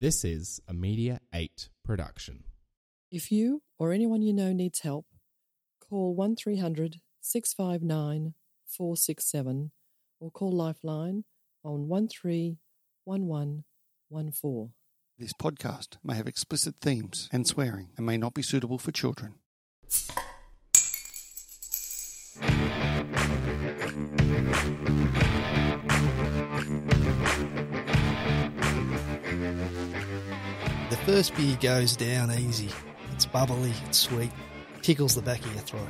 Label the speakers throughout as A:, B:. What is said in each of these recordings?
A: This is a Media 8 production.
B: If you or anyone you know needs help, call 1300 659 467 or call Lifeline on 131114.
C: This podcast may have explicit themes and swearing and may not be suitable for children.
D: The first beer goes down easy. It's bubbly, it's sweet, tickles the back of your throat.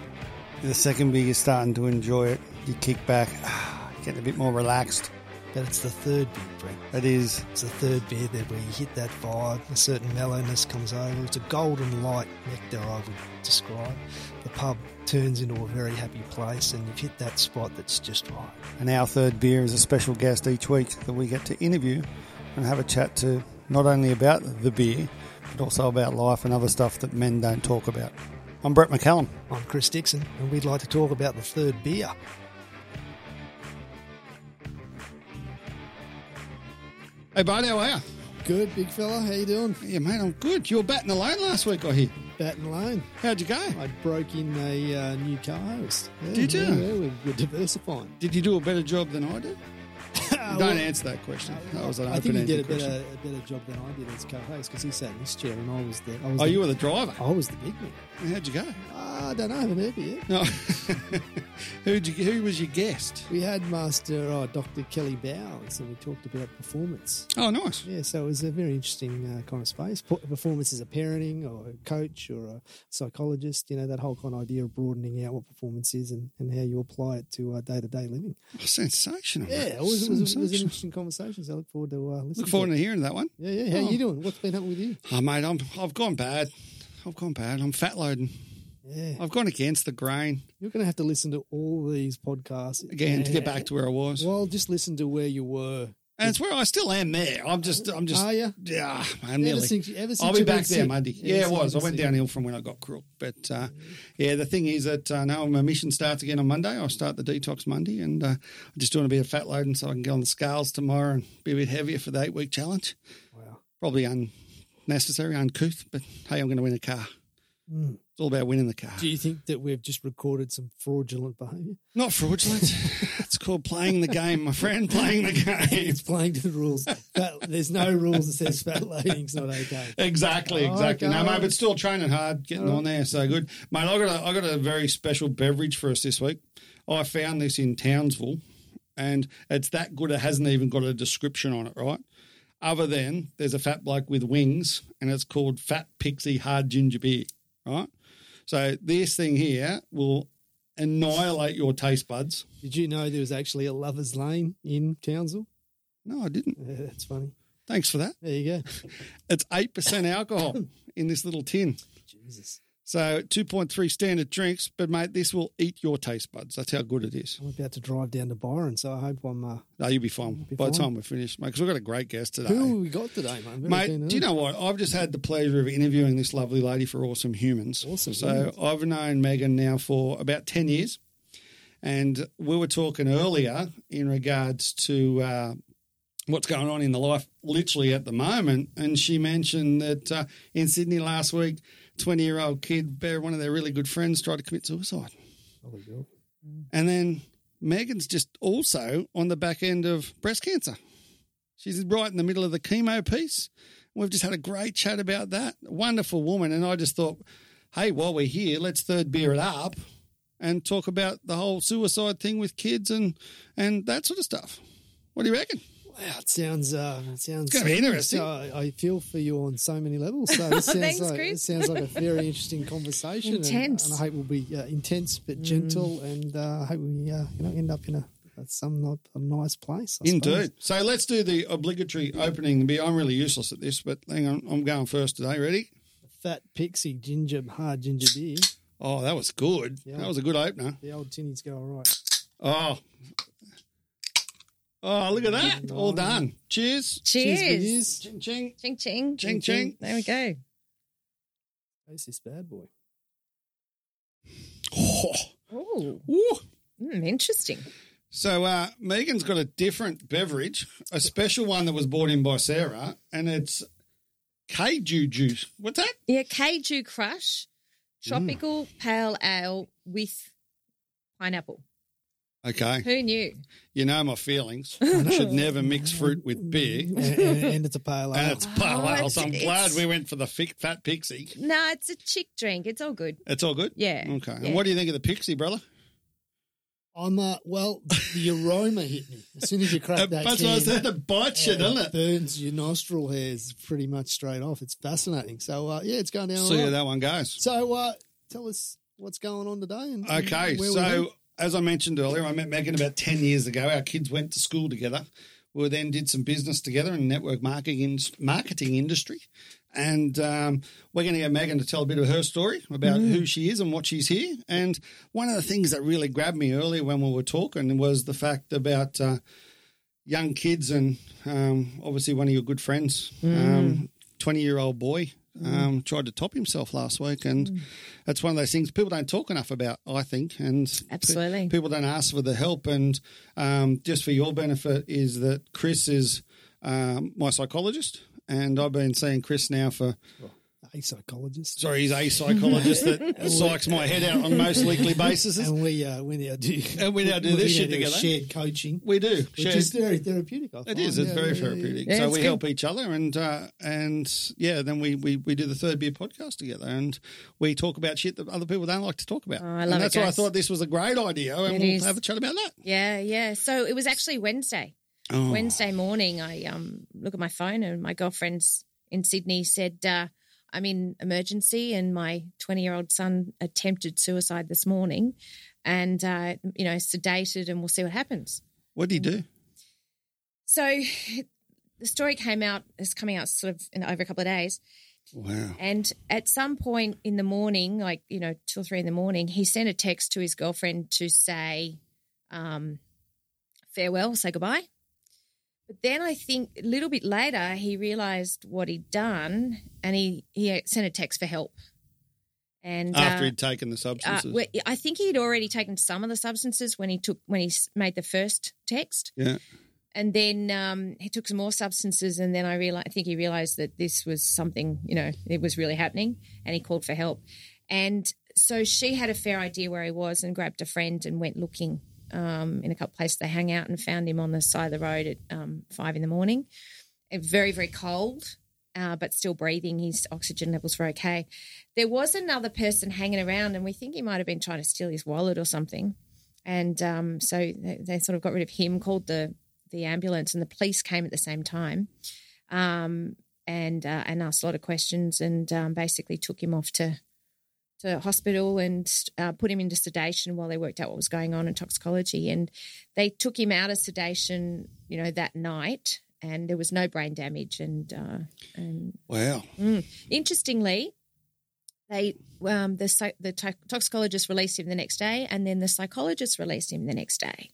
C: The second beer, you're starting to enjoy it. You kick back, ah, getting a bit more relaxed.
D: But it's the third beer, Brent.
C: It is
D: It's the third beer that where you hit that vibe, a certain mellowness comes over. It's a golden light nectar, I would describe. The pub turns into a very happy place, and you've hit that spot that's just right.
C: And our third beer is a special guest each week that we get to interview and have a chat to not only about the beer, but also about life and other stuff that men don't talk about. I'm Brett McCallum.
D: I'm Chris Dixon, and we'd like to talk about the third beer.
C: Hey, Bart, how are you?
E: Good, big fella. How you doing?
C: Yeah, mate, I'm good. You were batting alone last week, I hear.
E: Batting alone.
C: How'd you go?
E: I broke in a uh, new car host. Yeah,
C: Did you?
E: Yeah, yeah, we're, we're diversifying.
C: Did you do a better job than I did?
E: Well,
C: Don't answer that question. That was an
E: I think he
C: open-ended
E: did a
C: question.
E: better, a better job than I did as co-host because he sat in this chair and I was the. I was
C: Oh,
E: the,
C: you were the driver.
E: I was the big man. Ah,
C: How'd you go?
E: I don't know. I haven't heard it yet.
C: No. Who'd you, who was your guest?
E: We had Master uh Dr. Kelly Bowles and we talked about performance.
C: Oh, nice.
E: Yeah, so it was a very interesting uh, kind of space. P- performance as a parenting or a coach or a psychologist, you know, that whole kind of idea of broadening out what performance is and, and how you apply it to day to day living.
C: Oh, sensational.
E: Yeah,
C: mate.
E: it was, it was, it was an
C: Sensational.
E: interesting conversation. So I look forward to uh, listening.
C: Look forward
E: to
C: to hearing that one.
E: Yeah, yeah. How
C: Oh.
E: you doing? What's been happening with you?
C: Oh, mate, I'm, I've gone bad. I've gone bad. I'm fat loading.
E: Yeah,
C: I've gone against the grain
E: you're going to have to listen to all these podcasts
C: again to get back to where I was.
E: Well, just listen to where you were.
C: And it's where I still am there. I'm just, I'm just,
E: Are you?
C: yeah, I'm
E: Ever
C: nearly.
E: since, ever since
C: I'll be
E: you've been
C: back there
E: sick.
C: Monday.
E: Ever
C: Yeah, it
E: since
C: was. I
E: you've
C: went
E: been sick.
C: downhill from when I got crook. But uh, yeah, the thing is that uh, now my mission starts again on Monday. I'll start the detox Monday and uh, I'm just doing a bit of fat loading so I can get on the scales tomorrow and be a bit heavier for the eight week challenge.
E: Wow.
C: Probably unnecessary, uncouth, but hey, I'm going to win a car.
E: Mm.
C: It's all about winning the car.
E: Do you think that we've just recorded some fraudulent behaviour?
C: Not fraudulent. it's called playing the game, my friend, playing the game.
E: It's playing to the rules. Fat- there's no rules that says fat loading's not okay.
C: Exactly,
E: Oh,
C: exactly. no,
E: okay.
C: mate, but still training hard, getting on there. So good, mate. I got a, I got a very special beverage for us this week. I found this in Townsville, and it's that good. It hasn't even got a description on it, right? Other than there's a fat bloke with wings, and it's called Fat Pixie Hard Ginger Beer, right? So this thing here will annihilate your taste buds.
E: Did you know there was actually a lovers' lane in Townsville?
C: No, I didn't.
E: Yeah, that's funny.
C: Thanks for that.
E: There you go.
C: It's eight percent alcohol in this little tin.
E: Jesus,
C: So 2.3 standard drinks, but mate, this will eat your taste buds. That's how good it is.
E: I'm about to drive down to Byron, so I hope I'm. Uh,
C: No, you'll be fine
E: Be
C: by the
E: fine.
C: time we're finished, mate, because we've got a great guest today.
E: who have we got today, mate? I'm very keen to
C: Mate, do you know what? I've just had the pleasure of interviewing this lovely lady for Awesome Humans.
E: Awesome
C: So
E: Humans.
C: I've known Megan now for about 10 years. And we were talking earlier in regards to uh, what's going on in the life literally at the moment. And she mentioned that uh, in Sydney last week, 20 year old kid, bear- one of their really good friends, tried to commit suicide.
E: Holy God.
C: And then Megan's just also on the back end of breast cancer. She's right in the middle of the chemo piece. We've just had a great chat about that. Wonderful woman. And I just thought, hey, while we're here, let's third beer it up and talk about the whole suicide thing with kids and and that sort of stuff. What do you reckon?
E: Wow, it sounds uh, it sounds
C: gonna be interesting.
E: So I, I feel for you on so many levels. So this sounds
F: Thanks,
E: like it
F: Chris.
E: sounds like a very interesting conversation. and-
F: Intense. Mm.
E: and, I hope we'll be uh, intense but gentle, and uh, I hope we uh, you know end up in a uh, some not a nice place. I suppose.
C: Indeed. Um, So let's do the obligatory opening beer. I'm really useless at this, but hang on, I'm going first today. Ready?
E: Fat pixie ginger hard ginger beer.
C: Oh, that was good.
E: Yeah.
C: That was a good opener.
E: The old tinny's go all right.
C: Oh. Oh, look at that. All done. Cheers.
F: Cheers.
E: Cheers.
C: Ching, ching.
F: Ching ching.
C: Ching, ching.
F: There we go.
E: Taste this bad boy.
C: Oh.
F: Oh,
C: Woo.
F: interesting.
C: So, uh, Megan's got a different beverage, a special one that was brought in by Sarah, and it's Keiju juice. What's that?
F: Yeah, Keiju Crush, tropical pale ale with pineapple.
C: Okay.
F: Who knew?
C: You know my feelings. I should never mix fruit with beer.
E: and, and- and it's a pale
C: And
E: ale.
C: it's pale
F: Oh,
C: ale,
F: it's-
C: so I'm
F: it's-
C: glad we went for the fi- fat pixie.
F: No, it's a chick drink. It's all good.
C: It's all good?
F: Yeah.
C: Okay.
F: Yeah.
C: And what do you think of the pixie, brother?
G: I'm uh, well, the aroma hit me as soon as you crack
C: Uh,
G: that.
C: That's
G: can,
C: what I said. It bites you,
G: uh,
C: doesn't it?
G: Burns your nostril hairs pretty much straight off. It's fascinating. So uh, yeah, it's going down.
C: See
G: all
C: how
G: right.
C: that one goes.
G: So uh, tell us what's going on today. And, and
C: Okay,
G: where we
C: so
G: heading.
C: as I mentioned earlier, I met Megan about 10 years ago. Our kids went to school together. We then did some business together in network marketing, in, marketing industry. And um, we're going to get Megan to tell a bit of her story about who she is and what she's here. And one of the things that really grabbed me earlier when we were talking was the fact about uh, young kids and um, obviously one of your good friends, um, 20 year old boy, um, tried to top himself last week. And that's one of those things people don't talk enough about, I think. And pe-
F: Absolutely.
C: people don't ask for the help. And um, just for your benefit, is that Chris is um, my psychologist. And I've been seeing Chris now for,
E: a psychologist.
C: sorry, he's a psychologist that psychs my head out on most weekly basis.
G: and we uh, we now do
C: And we now do this shit
G: now do
C: together.
G: shared coaching,
C: We do.
G: which
C: Shared-
G: is very therapeutic. I
C: It
G: find.
C: is. It's
G: Yeah,
C: very
G: yeah, yeah,
C: therapeutic.
F: yeah. Yeah,
C: so
F: it's
C: we
F: good.
C: help each other, and uh, and yeah, then we, we we do the third beer podcast together, and we talk about shit that other people don't like to talk about.
F: Oh, I
C: and
F: love it,
C: That's why I
F: guys.
C: thought this was a great idea, and
F: It
C: we'll
F: is.
C: have a chat about that.
F: Yeah, yeah. So it was actually Wednesday.
C: Oh.
F: Wednesday morning, I um look at my phone and my girlfriend's in Sydney said, uh, I'm in emergency and my 20 year old son attempted suicide this morning and, uh, you know, sedated and we'll see what happens.
C: What did he do?
F: So the story came out, is coming out sort of in over a couple of days.
C: Wow.
F: And at some point in the morning, like, you know, two or three in the morning, he sent a text to his girlfriend to say um, farewell, say goodbye. But then I think a little bit later, he realized what he'd done and he, he sent a text for help. And
C: After
F: uh,
C: he'd taken the
F: uh,
C: substances.
F: well, I think he'd already taken some of the substances when he took when he s- made the first text.
C: Yeah.
F: And then um, he took some more substances, and then I realized I think he realized that this was something you know it was really happening, and he called for help. And so she had a fair idea where he was, and grabbed a friend and went looking um, in a couple places they hang out, and found him on the side of the road at um, five in the morning, Uh, very very cold, uh, but still breathing. His oxygen levels were okay there was another person hanging around, and we think he might have been trying to steal his wallet or something. And um, so they, they sort of got rid of him, called the the ambulance, and the police came at the same time, um, and uh, and asked a lot of questions, and um, basically took him off to to hospital and uh, put him into sedation while they worked out what was going on in toxicology. And they took him out of sedation, you know, that night, and there was no brain damage, and uh, and
C: wow.
F: Mm. Interestingly, they um, the psy- the to- toxicologist released him the next day, and then the psychologist released him the next day.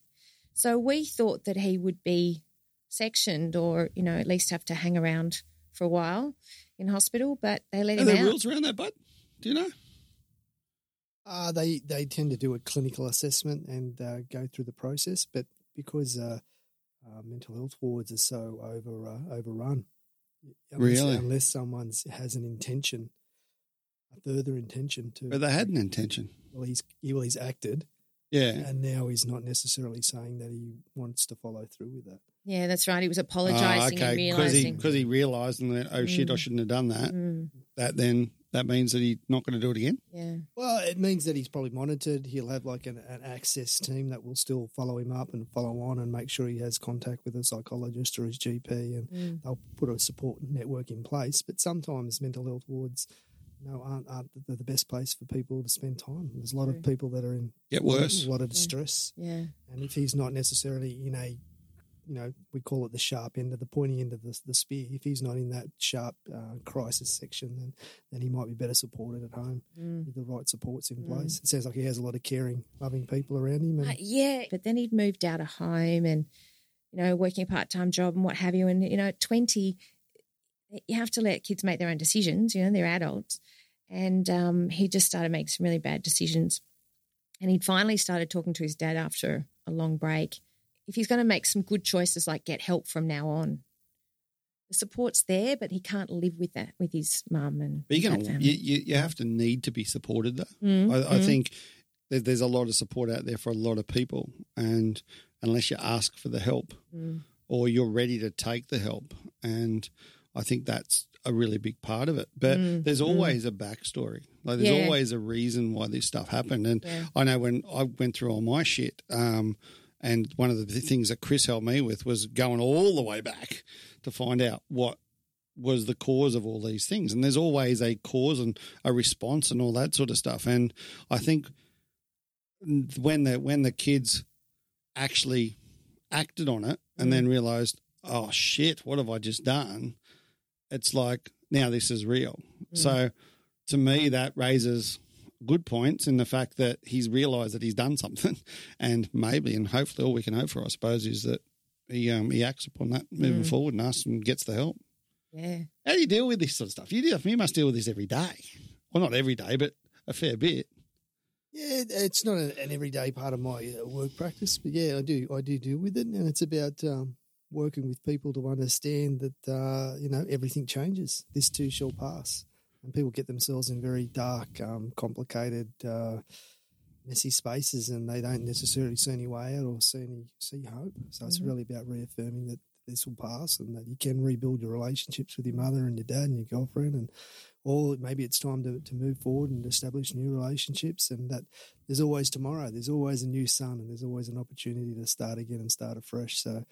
F: So we thought that he would be sectioned, or you know, at least have to hang around for a while in hospital. But they let
C: Are
F: him
C: there
F: out.
C: rules around that, bud? Do you know?
E: Uh, they they tend to do a clinical assessment and uh, go through the process, but because uh, uh, mental health wards are so over uh, overrun, unless,
C: Really?
E: unless someone has an intention, a further intention to,
C: But they had an intention.
E: well, he's he, well, he's acted,
F: Uh,
C: Yeah.
E: and now he's not necessarily saying that he wants to follow through with that.
F: Yeah, that's right. He was apologising
C: Ah,
F: and
C: Because he,
F: realising.
C: 'cause he realised and then, oh shit, I
F: Mm.
C: shouldn't have done that.
F: Mm,
C: That then, that means that he's not going to do it again.
F: yeah,
E: Well, it means that he's probably monitored. He'll have like an, an access team that will still follow him up and follow on and make sure he has contact with a psychologist or his GP and
F: Mm.
E: they'll put a support network in place. But sometimes mental health wards, you know, aren't, aren't the, the best place for people to spend time. There's a lot of people that are in
C: Get worse.
E: a lot of distress,
F: yeah.
E: and if he's not necessarily in a, you know, we call it the sharp end of the pointy end of the, the spear. If he's not in that sharp uh, crisis section, then then he might be better supported at home
F: Mm.
E: with the right supports in
F: Mm.
E: place. It sounds like he has a lot of caring, loving people around him. And
F: Uh, yeah, but then he'd moved out of home and you know working a part time job and what have you. And you know, at twenty, you have to let kids make their own decisions. You know, they're adults, and um, he just started making some really bad decisions. And he'd finally started talking to his dad after a long break. If he's going to make some good choices, like get help from now on, the support's there, but he can't live with that with his mum and
C: But you're
F: that
C: gonna,
F: family.
C: you, you, you have to need to be supported though.
F: Mm,
C: I, I
F: mm.
C: think that there's a lot of support out there for a lot of people, and unless you ask for the help
F: Mm.
C: or you're ready to take the help, and I think that's a really big part of it. But
F: Mm,
C: there's
F: mm.
C: always a backstory. Like there's
F: Yeah.
C: always a reason why this stuff happened, and
F: Yeah.
C: I know when I went through all my shit, um, and one of the th- things that Chris helped me with was going all the way back to find out what was the cause of all these things. And there's always a cause and a response and all that sort of stuff. And I think mm, when the when the kids actually acted on it and then realized, oh shit, what have I just done? It's like now this is real. So to me, that raises good points in the fact that he's realised that he's done something, and maybe and hopefully all we can hope for, I suppose, is that he um, he acts upon that moving
F: Mm.
C: forward and asks and gets the help.
F: yeah.
C: How do you deal with this sort of stuff? You deal, you must deal with this every day. Well, not every day, but a fair bit.
E: Yeah, it- it's not an, an everyday part of my uh, work practice, but yeah, I do I do deal with it, and it's about um, working with people to understand that uh, you know everything changes. This too shall pass, and people get themselves in very dark, um, complicated, uh, messy spaces, and they don't necessarily see any way out or see any see hope. So it's
F: Mhm.
E: really about reaffirming that this will pass, and that you can rebuild your relationships with your mother and your dad and your girlfriend, and or maybe it's time to, to move forward and establish new relationships and that there's always tomorrow there's always a new sun and there's always an opportunity to start again and start afresh so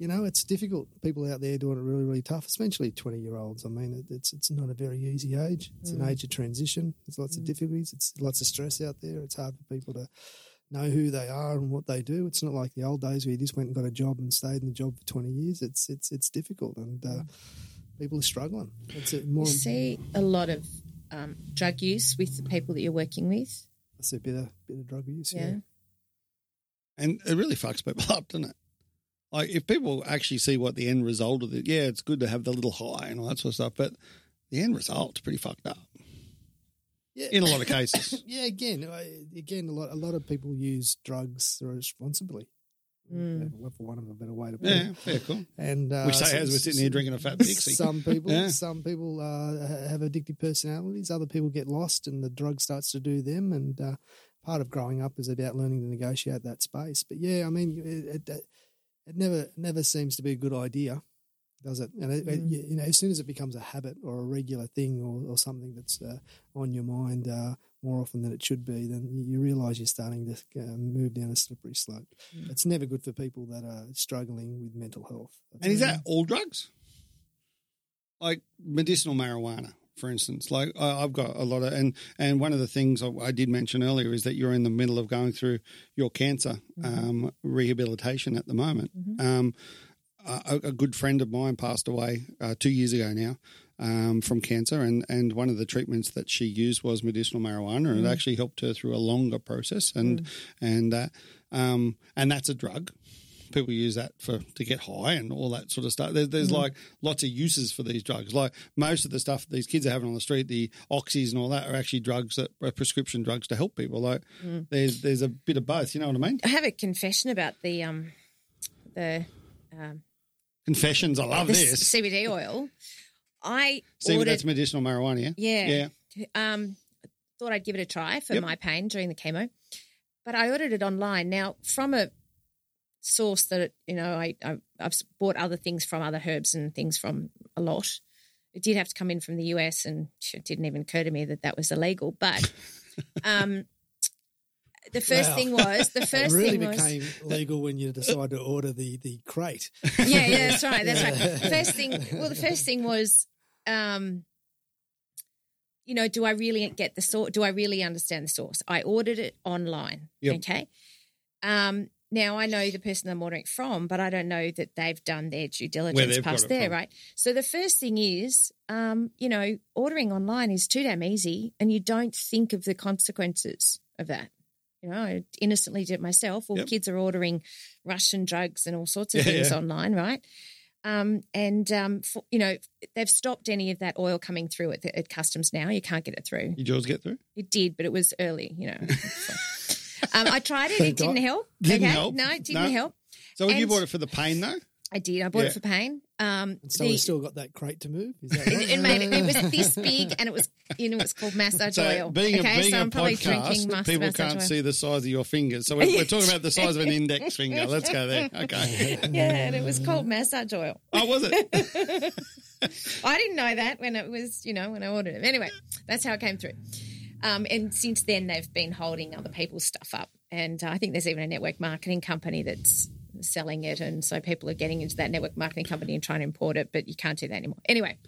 E: you know it's difficult people out there doing it really really tough especially 20 year olds i mean it, it's it's not a very easy age it's an
F: Mm.
E: age of transition there's lots
F: Mm.
E: of difficulties it's lots of stress out there it's hard for people to know who they are and what they do it's not like the old days where you just went and got a job and stayed in the job for 20 years it's it's it's difficult and
F: Mm.
E: uh, people are struggling it's a more
F: You see a lot of um, drug use with the people that you're working with.
E: That's a bit of bit of drug use. Yeah.
F: Yeah.
C: And it really fucks people up, doesn't it? Like if people actually see what the end result of it, yeah, it's good to have the little high and all that sort of stuff, but the end result's pretty fucked up
E: yeah.
C: in a lot of cases.
E: yeah, again, I- again, a lot a lot of people use drugs responsibly,
F: Mm.
E: uh, for one of a better way to put
C: yeah,
E: it.
C: yeah, cool.
E: And uh,
C: we say as we're sitting here drinking a fat pixie.
E: Some people,
C: Yeah.
E: some people uh, ha- have addictive personalities. Other people get lost, and the drug starts to do them. And uh, part of growing up is about learning to negotiate that space. But yeah, I mean, it, it, it never never seems to be a good idea, does it? And it, it-
F: Mm.
E: you you know, as soon as it becomes a habit or a regular thing or, or something that's uh, on your mind uh, more often than it should be, then you, you realise you're starting to uh, move down a slippery slope.
C: Mm.
E: It's never good for people that are struggling with mental health.
C: And is that all drugs? Like medicinal marijuana, for instance. Like I, I've got a lot of, and and one of the things I, I did mention earlier is that you're in the middle of going through your cancer um, rehabilitation at the moment. Um, a, a good friend of mine passed away uh, two years ago now um, from cancer, and and one of the treatments that she used was medicinal marijuana, and it actually helped her through a longer process, and and uh, um, and that's a drug. People use that for to get high and all that sort of stuff. There's,
F: Mm.
C: there's like lots of uses for these drugs. Like most of the stuff these kids are having on the street, the oxys and all that, are actually drugs that are prescription drugs to help people. Like
F: Mm.
C: there's there's a bit of both. You know what I mean?
F: I have a confession about the um, the um,
C: Confessions. I love
F: the
C: this.
F: C- CBD oil. I
C: See, but
F: ordered.
C: that's medicinal marijuana. Yeah.
F: yeah.
C: Yeah.
F: Um, thought I'd give it a try for
C: Yep.
F: my pain during the chemo, but I ordered it online now from a source that you know I, I I've bought other things from other herbs and things from a lot. It did have to come in from the US, and it didn't even occur to me that that was illegal. But um, the first
E: Wow.
F: thing was the first
E: it really
F: thing was
E: became legal when you decide to order the the crate.
F: yeah, yeah, that's right. That's right. First thing, well, the first thing was, um, you know, do I really get the source? Do I really understand the source? I ordered it online.
C: Yep.
F: Okay. Um, now I know the person I'm ordering it from, but I don't know that they've done their due diligence
C: they've got
F: past
C: it
F: there,
C: from.
F: right? So the first thing is, um, you know, ordering online is too damn easy, and you don't think of the consequences of that. You know, I innocently did it myself. Well,
C: Yep.
F: kids are ordering Russian drugs and all sorts of
C: Yeah,
F: things
C: yeah.
F: online, right? Um, and um, for, you know, they've stopped any of that oil coming through at, the, at customs now. You can't get it through.
C: Did yours get through?
F: It did, but it was early. You know, um, I tried it. It
E: Thank God.
F: didn't help.
C: Didn't help.
F: No, it didn't
C: No.
F: help.
C: So you
F: And-
C: bought it for the pain though?
F: I did. I bought
C: Yeah.
F: it for pain. Um,
E: And so
F: the-
E: we still got that crate to move. Is that right?
F: it, it made it, it was this big, and it was you know it's called massage oil.
C: being a,
F: okay,
C: being
F: so
C: a
F: I'm probably drinking
C: podcast,
F: mas-
C: people
F: massage
C: can't
F: oil.
C: see the size of your fingers. So we're, we're talking about the size of an index finger. Let's go there. Okay.
F: Yeah, and it was called massage oil.
C: Oh, was it?
F: I didn't know that when it was, you know, when I ordered it. Anyway, that's how it came through. Um, and since then, they've been holding other people's stuff up. And uh, I think there's even a network marketing company that's selling it. And so people are getting into that network marketing company and trying to import it, but you can't do that anymore. Anyway,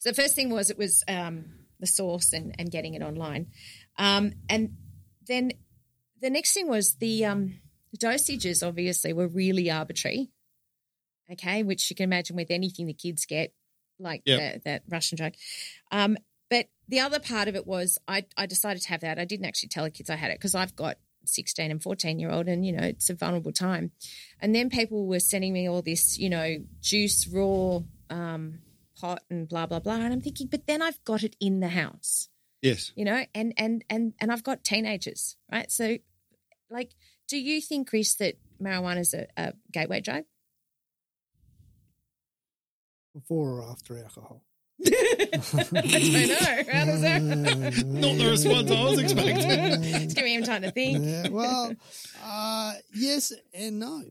F: so the first thing was it was um, the source and, and getting it online. Um, and then the next thing was the um, dosages, obviously, were really arbitrary. Okay, which you can imagine with anything the kids get, like
C: Yep.
F: the, that Russian drug. Um, but the other part of it was I, I decided to have that. I didn't actually tell the kids I had it because I've got 16 and 14 year old, and you know, it's a vulnerable time. And then people were sending me all this, you know, juice raw um, pot and blah, blah, blah. And I'm thinking, but then I've got it in the house
C: yes.
F: you know and and and and i've got teenagers right so like do you think chris that marijuana is a, a gateway drug
E: Before or after alcohol?
F: i don't know how does that
C: Not the response I was expecting.
F: it's giving him time to think
E: Yeah, well, uh, yes and no.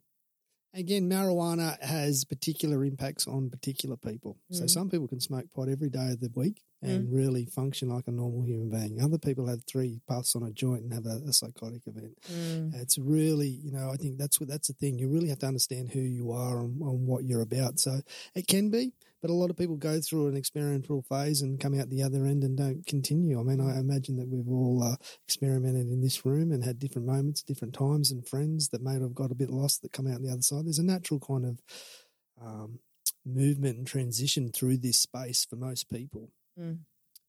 E: Again, marijuana has particular impacts on particular people. So
F: Mm.
E: some people can smoke pot every day of the week and really function like a normal human being. Other people have three puffs on a joint and have a, a psychotic event.
F: Mm-hmm.
E: It's really, you know, I think that's what that's the thing. You really have to understand who you are and, and what you're about. So it can be, but a lot of people go through an experimental phase and come out the other end and don't continue. I mean, I imagine that we've all uh, experimented in this room and had different moments, different times, and friends that may have got a bit lost that come out the other side. There's a natural kind of um, movement and transition through this space for most people.
F: Mm.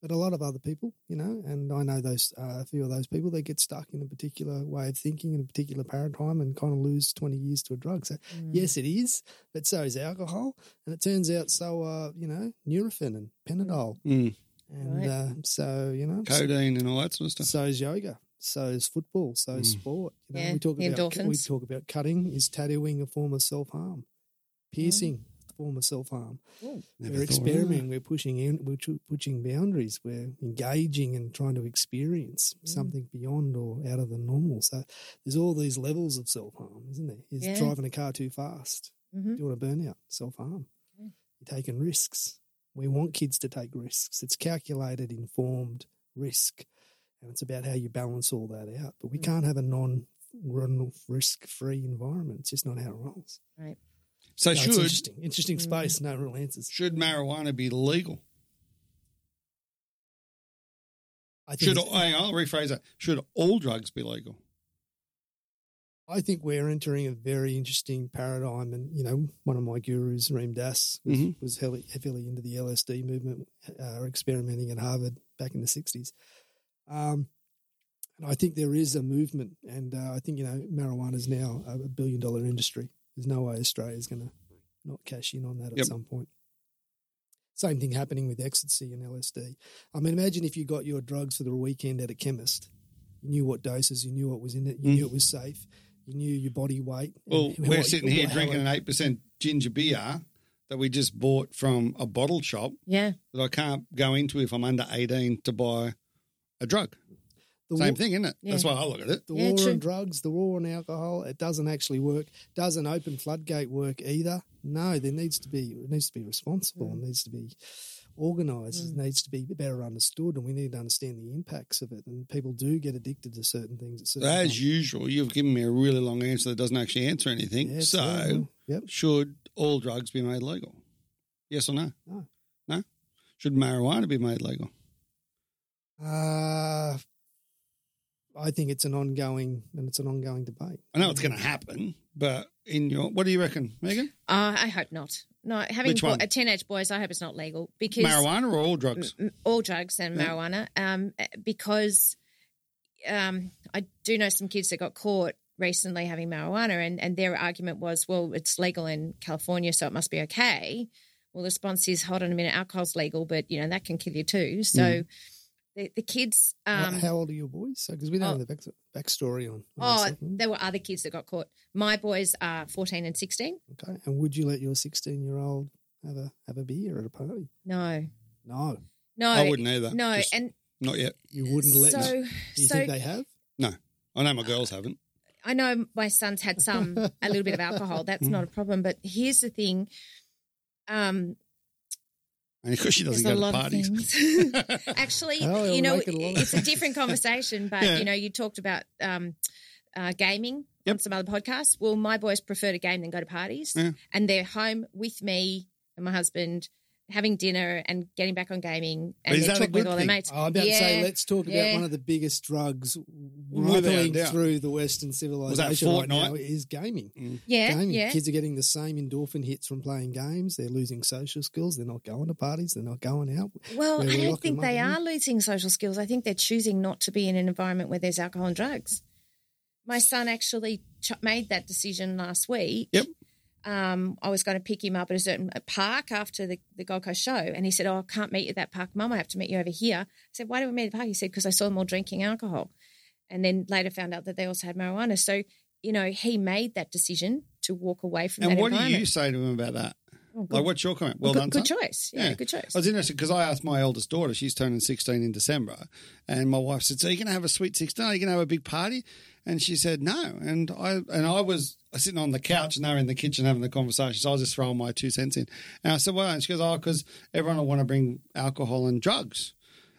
E: But a lot of other people, you know, and I know those uh, a few of those people, they get stuck in a particular way of thinking, in a particular paradigm, and kind of lose 20 years to a drug. So,
F: Mm.
E: yes, it is, but so is alcohol. And it turns out so are, you know, Nurofen and Panadol.
C: Mm.
E: And
F: Right.
E: uh, so, you know,
C: Codeine and all that sort of stuff.
E: so is yoga. So is football. So is
C: Mm.
E: sport. You know,
F: Yeah,
E: we talk
F: the
E: about we
F: endorphins.
E: talk about cutting is tattooing a form of self harm, piercing
F: Mm.
E: a form of self harm.
C: Never
E: we're
C: thought of
E: experimenting. We're pushing in. We're chu- pushing boundaries. We're engaging and trying to experience
F: Mm.
E: something beyond or out of the normal. So there's all these levels of self harm, isn't there? Is
F: Yeah.
E: driving a car too fast,
F: Mhm.
E: doing a burnout, self harm.
F: Mm.
E: You're taking risks. We want kids to take risks. It's calculated, informed risk. And it's about how you balance all that out. But we
F: Mm.
E: can't have a non risk free environment. It's just not how it rolls.
C: So
E: No, it's
C: should
E: interesting. Interesting
F: Mm.
E: space, no real answers.
C: should marijuana be legal?
E: I think
C: Should
E: it's-
C: hang on, I'll rephrase that. Should all drugs be legal?
E: I think we're entering a very interesting paradigm. And, you know, one of my gurus, Reem Das, was,
C: Mhm.
E: was heavily, heavily into the LSD movement, uh, experimenting at Harvard back in the 60s. Um, and I think there is a movement. And uh, I think, you know, marijuana is now a billion dollar industry. There's no way Australia's going to not cash in on that
C: Yep.
E: at some point. Same thing happening with ecstasy and LSD. I mean, imagine if you got your drugs for the weekend at a chemist. You knew what doses, you knew what was in it, you
C: Mm.
E: knew it was safe, you knew your body weight. and
C: Well,
E: what-
C: we're sitting here
E: how
C: drinking
E: it-
C: an eight percent ginger beer that we just bought from a bottle shop
F: yeah
C: that I can't go into if I'm under eighteen to buy a drug.
E: the
C: Same
E: wa-
C: thing, isn't it? That's
F: Yeah.
C: why I look at it.
E: The
F: Yeah,
E: war
F: true.
E: on drugs, the war on alcohol, it doesn't actually work. Doesn't open floodgate work either. No, there needs to be it needs to be responsible.
F: Mm.
E: It needs to be organised. It needs to be better understood, and we need to understand the impacts of it. And people do get addicted to certain things. At certain
C: As
E: times.
C: usual, you've given me a really long answer that doesn't actually answer anything.
E: Yeah,
C: so,
E: absolutely. yep.
C: should all drugs be made legal? Yes or no?
E: No.
C: No. Should marijuana be made legal?
E: Uh, I think it's an ongoing and it's an ongoing debate.
C: I know it's going to happen, but in your what do you reckon, Megan?
F: uh, i hope not no having
C: Which
F: bo-
C: one?
F: uh, teenage boys i hope it's not legal because
C: Marijuana or all drugs?
F: m- all drugs and
C: Yeah.
F: marijuana um, because um, I do know some kids that got caught recently having marijuana, and, and their argument was, well, it's legal in California, so it must be
C: Mm.
F: okay. Well, the response is, hold on a minute, alcohol's legal, but you know that can kill you too. So the, the kids.
E: How-
F: Um,
E: How old are your boys? Because we don't
F: oh.
E: have the back, backstory on. on
F: oh,
E: this thing.
F: there were other kids that got caught. My boys are 14 and 16.
E: okay. And would you let your sixteen-year-old have a have a beer at a party?
F: No,
E: No,
F: no,
C: I wouldn't either.
F: no,
C: Just
F: and
C: not yet.
E: you wouldn't let. them.
F: so
E: Do you
F: so
E: think they have?
C: I know my girls haven't.
F: I know my son's had some a little bit of alcohol. That's not a problem. But here's the thing. Um,
C: And because she doesn't
F: there's a
C: go to
F: lot
C: parties.
F: of things. Actually,
E: Oh, it'll
F: you know,
E: make it a lot of
F: it's a different conversation. But
C: Yeah.
F: you know, you talked about um, uh, gaming on
C: Yep.
F: some other podcasts. Well, my boys prefer to game than go to parties,
C: Yeah.
F: and they're home with me and my husband having dinner and getting back on gaming
C: But
F: and
C: is
F: they're
C: that a
F: talking with
C: good
F: all
C: thing?
F: their mates.
E: I'm Oh, about to say,
F: Yeah.
E: let's talk about
F: yeah.
E: one of the biggest drugs
C: Without
E: rippling
C: doubt.
E: through the Western civilization right now
C: Fortnite?
E: is gaming.
F: Yeah,
E: gaming.
F: yeah.
E: Kids are getting the same endorphin hits from playing games. They're losing social skills. They're not going to parties. They're not going out.
F: Well,
E: where
F: I
E: we
F: don't
E: lock
F: think
E: them up
F: they
E: in.
F: are losing social skills. I think they're choosing not to be in an environment where there's alcohol and drugs. My son actually ch- made that decision last week.
C: Yep.
F: Um, I was going to pick him up at a certain a park after the, the Gold Coast show, and he said, "Oh, I can't meet you at that park, Mum. I have to meet you over here." I said, "Why do we meet at the park?" He said, "Because I saw them all drinking alcohol," and then later found out that they also had marijuana. So, you know, he made that decision to walk away from
C: And
F: that
C: what do
F: environment.
C: you say to him about that?
F: Oh, good,
C: Like, what's your comment? Well
F: good,
C: done,
F: good
C: son.
F: choice. Yeah,
C: Yeah.
F: good choice.
C: I was interested because I asked my eldest daughter, she's turning 16 in December, and my wife said, So you're going to have a sweet 16? Are you going to have a big party? And she said, No. And I and I was sitting on the couch and they were in the kitchen having the conversation. So I was just throwing my two cents in. And I said, Why? And she goes, Oh, because everyone will want to bring alcohol and drugs.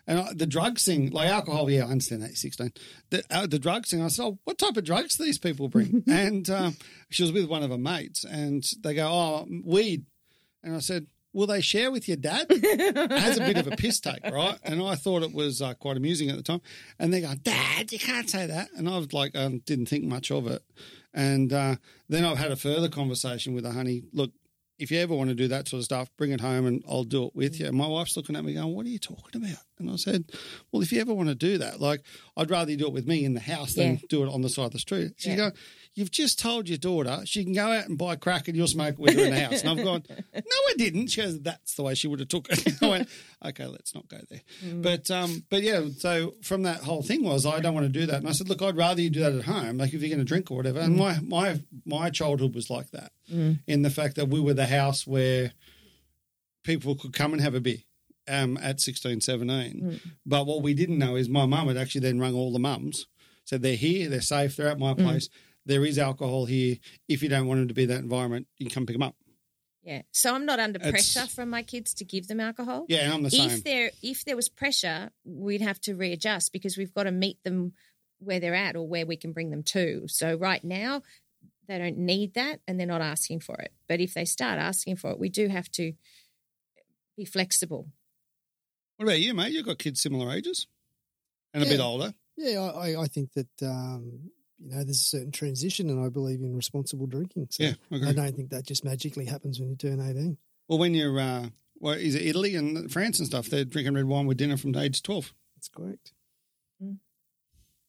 C: And I, the drugs thing, like alcohol, yeah, I understand that, you're 16. The, uh, the drugs thing, I said, oh, what type of drugs do these people bring? and um, she was with one of her mates, and they go, oh, weed. And I said, will they share with your dad? As a bit of a piss take, right? And I thought it was uh, quite amusing at the time. And they go, Dad, you can't say that. And I was like, um, didn't think much of it. And uh, then I've had a further conversation with her, honey, look, if you ever want to do that sort of stuff, bring it home and I'll do it with you. And my wife's looking at me going, What are you talking about? And I said, Well, if you ever want to do that, like, I'd rather you do it with me in the house than
F: Yeah.
C: do it on the side of the street. She's
F: Yeah.
C: going, You've just told your daughter she can go out and buy crack and you'll smoke with her in the house. And I've gone, No, I didn't. She goes, That's the way she would have took it. I went, Okay, let's not go there.
F: Mm.
C: But um, but yeah, so from that whole thing was I don't want to do that. And I said, Look, I'd rather you do that at home, like if you're gonna drink or whatever.
F: Mm.
C: And my my my childhood was like that in the fact that we were the house where people could come and have a beer um, at 16, 17.
E: Hmm.
C: But what we didn't know is my mum had actually then rung all the mums, said, they're here, they're safe, they're at my
E: Hmm.
C: place. There is alcohol here. If you don't want them to be in that environment, you can come pick them up.
F: Yeah. So I'm not under
C: It's-
F: pressure from my kids to give them alcohol.
C: Yeah, and I'm the same.
F: If there if there was pressure, we'd have to readjust because we've got to meet them where they're at or where we can bring them to. So right now they don't need that and they're not asking for it. But if they start asking for it, we do have to be flexible.
C: What about you, mate? You've got kids similar ages and a bit
E: Yeah.
C: older.
E: Yeah, I, I- I think that um, you know there's a certain transition, and I believe in responsible drinking. So
C: Yeah, I agree.
E: I don't think that just magically happens when you turn 18.
C: Well, when you're, uh, well, is it Italy and France and stuff? They're drinking red wine with dinner from age 12.
E: That's correct.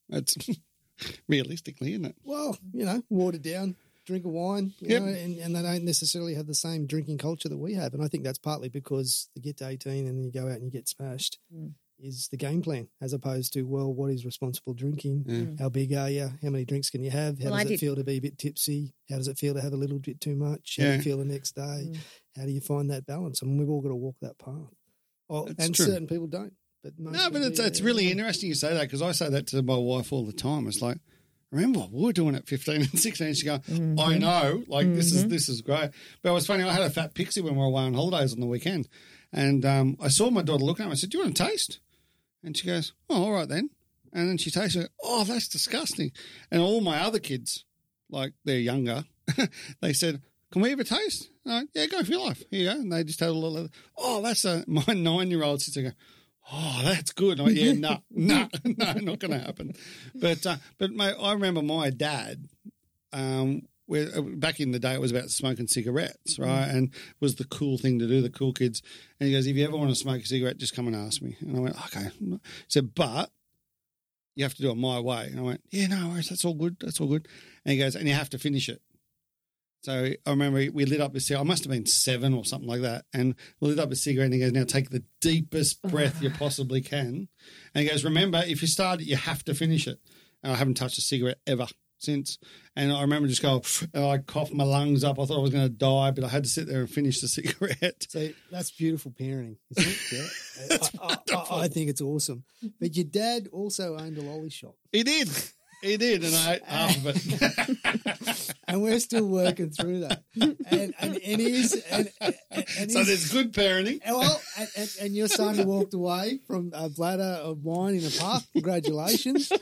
C: That's realistically, isn't it?
E: Well, you know, watered down, drink of wine, you
C: Yep.
E: know, and, and they don't necessarily have the same drinking culture that we have. And I think that's partly because you get to 18 and then you go out and you get smashed
F: Mm.
E: is the game plan, as opposed to, well, what is responsible drinking?
C: Yeah.
E: How big are you? How many drinks can you have? How
F: Mm. Well, I
E: does it
F: did-
E: feel to be a bit tipsy? How does it feel to have a little bit too much? How do
C: Yeah.
E: you feel the next day?
F: Mm.
E: How do you find that balance? I mean, we've all got to walk that path. Oh,
C: That's
E: and
C: true.
E: certain people don't. But most
C: No, but
E: people
C: it's,
E: do.
C: it's really interesting you say that because I say that to my wife all the time. It's like, remember what we were doing at 15 and 16? She go, I know. Like, this is this is great. But it was funny. I had a fat pixie when we were away on holidays on the weekend. And um, I saw my daughter looking at me. I said, do you want a taste? And she goes, oh, all right then. And then she tastes it. Oh, that's disgusting. And all my other kids, like they're younger, they said, can we have a taste? And I went, yeah, go for your life. Here you go. And they just had a little, of- oh, that's a, my nine-year-old sits there going, Oh, that's good. I went, yeah, no, no, no, not going to happen. But uh, but my, I remember my dad. Um, where, back in the day, it was about smoking cigarettes, right? And was the cool thing to do, the cool kids. And he goes, if you ever want to smoke a cigarette, just come and ask me. And I went, okay. He said, but you have to do it my way. And I went, yeah, no worries. That's all good. That's all good. And he goes, and you have to finish it. So I remember we- we lit up this. I must have been seven or something like that, and we lit up a cigarette. And he goes, "Now take the deepest breath you possibly can." And he goes, "Remember, if you start it, you have to finish it." And I haven't touched a cigarette ever since. And I remember just going, and I coughed my lungs up. I thought I was going to die, but I had to sit there and finish the cigarette.
E: So that's beautiful parenting, isn't it? Yeah. I, I- I, I think it's awesome. But your dad also owned a lolly shop,
C: He did. He did, and I ate half of it.
E: and we're still working through that. And, and, and he's and, and, and
C: so
E: he's-
C: there's good parenting.
E: and well, and, and, and your son walked away from a bladder of wine in a park. Congratulations!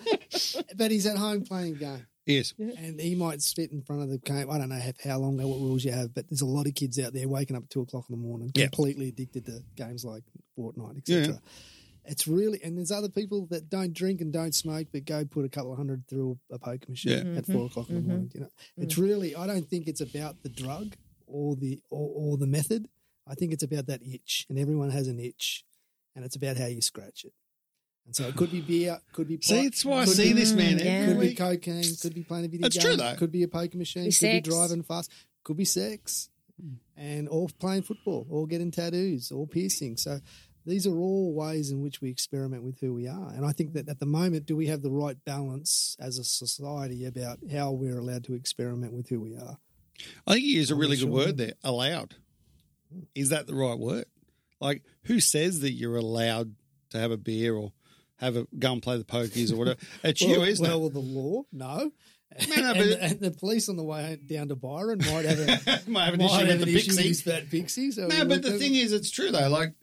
E: but he's at home playing a game.
C: Yes.
E: and he might spit in front of the game. I don't know how- how long, what rules you have, but there's a lot of kids out there waking up at two o'clock in the morning,
C: Yeah.
E: completely addicted to games like Fortnite, etc.
C: Yeah.
E: It's really, and there's other people that don't drink and don't smoke, but go put a couple of hundred through a poker machine
C: Yeah.
E: at four o'clock in the morning. You know, it's really. I don't think it's about the drug or the or, or the method. I think it's about that itch, and everyone has an itch, and it's about how you scratch it. And so it could be beer, could be pot,
C: See, it's why I
E: could
C: see
E: be-
C: this man
F: Mm,
C: every
E: Eh, could be
C: week.
E: cocaine. Could be playing a video
C: That's
E: game.
C: true, though.
E: Could be a poker machine.
F: Be
E: could be
F: sex.
E: driving fast. Could be sex.
C: Hmm.
E: And or playing football, or getting tattoos, or piercing. So these are all ways in which we experiment with who we are. And I think that at the moment, do we have the right balance as a society about how we're allowed to experiment with who we are?
C: I think you use a really good
E: sure.
C: word there. Allowed. Is that the right word? Like, who says that you're allowed to have a beer or have a go and play the pokies or whatever? It's you,
E: well,
C: isn't
E: well,
C: it?
E: the law, no.
C: no,
E: and,
C: but-
E: and the police on the way down to Byron might have, a,
C: Might have an issue
E: might
C: with
E: have
C: the
E: an issue
C: pixie.
E: with that pixie. So
C: No, but the
E: we-
C: thing is, it's true though. Like,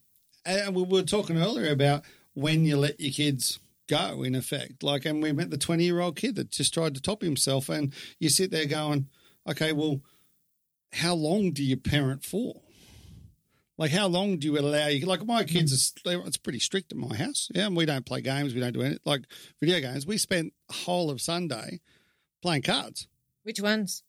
C: and we were talking earlier about when you let your kids go, in effect. Like, and we met the 20 year old kid that just tried to top himself, and you sit there going, okay, well, how long do you parent for? Like, how long do you allow you? Like, my kids, is, it's pretty strict at my house. Yeah. And we don't play games. We don't do any, like, video games. We spent a whole of Sunday playing cards.
F: Which ones?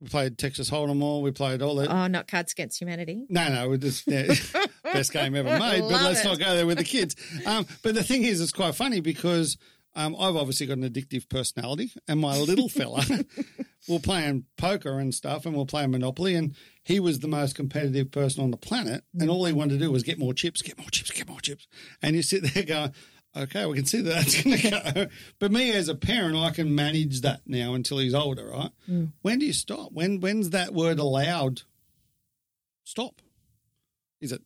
C: We played Texas Hold'em all. We played all that.
F: Oh, not Cards Against Humanity.
C: No, no, we're just yeah, best game ever made. But
F: Love
C: let's
F: it.
C: not go there with the kids. Um, but the thing is, it's quite funny because um, I've obviously got an addictive personality, and my little fella will play in poker and stuff, and we'll play in Monopoly, and he was the most competitive person on the planet, and all he wanted to do was get more chips, get more chips, get more chips, and you sit there going. Okay, we can see that that's going to go. But me as a parent, I can manage that now until he's older, right?
F: Mm.
C: When do you stop? When when's that word allowed? Stop is it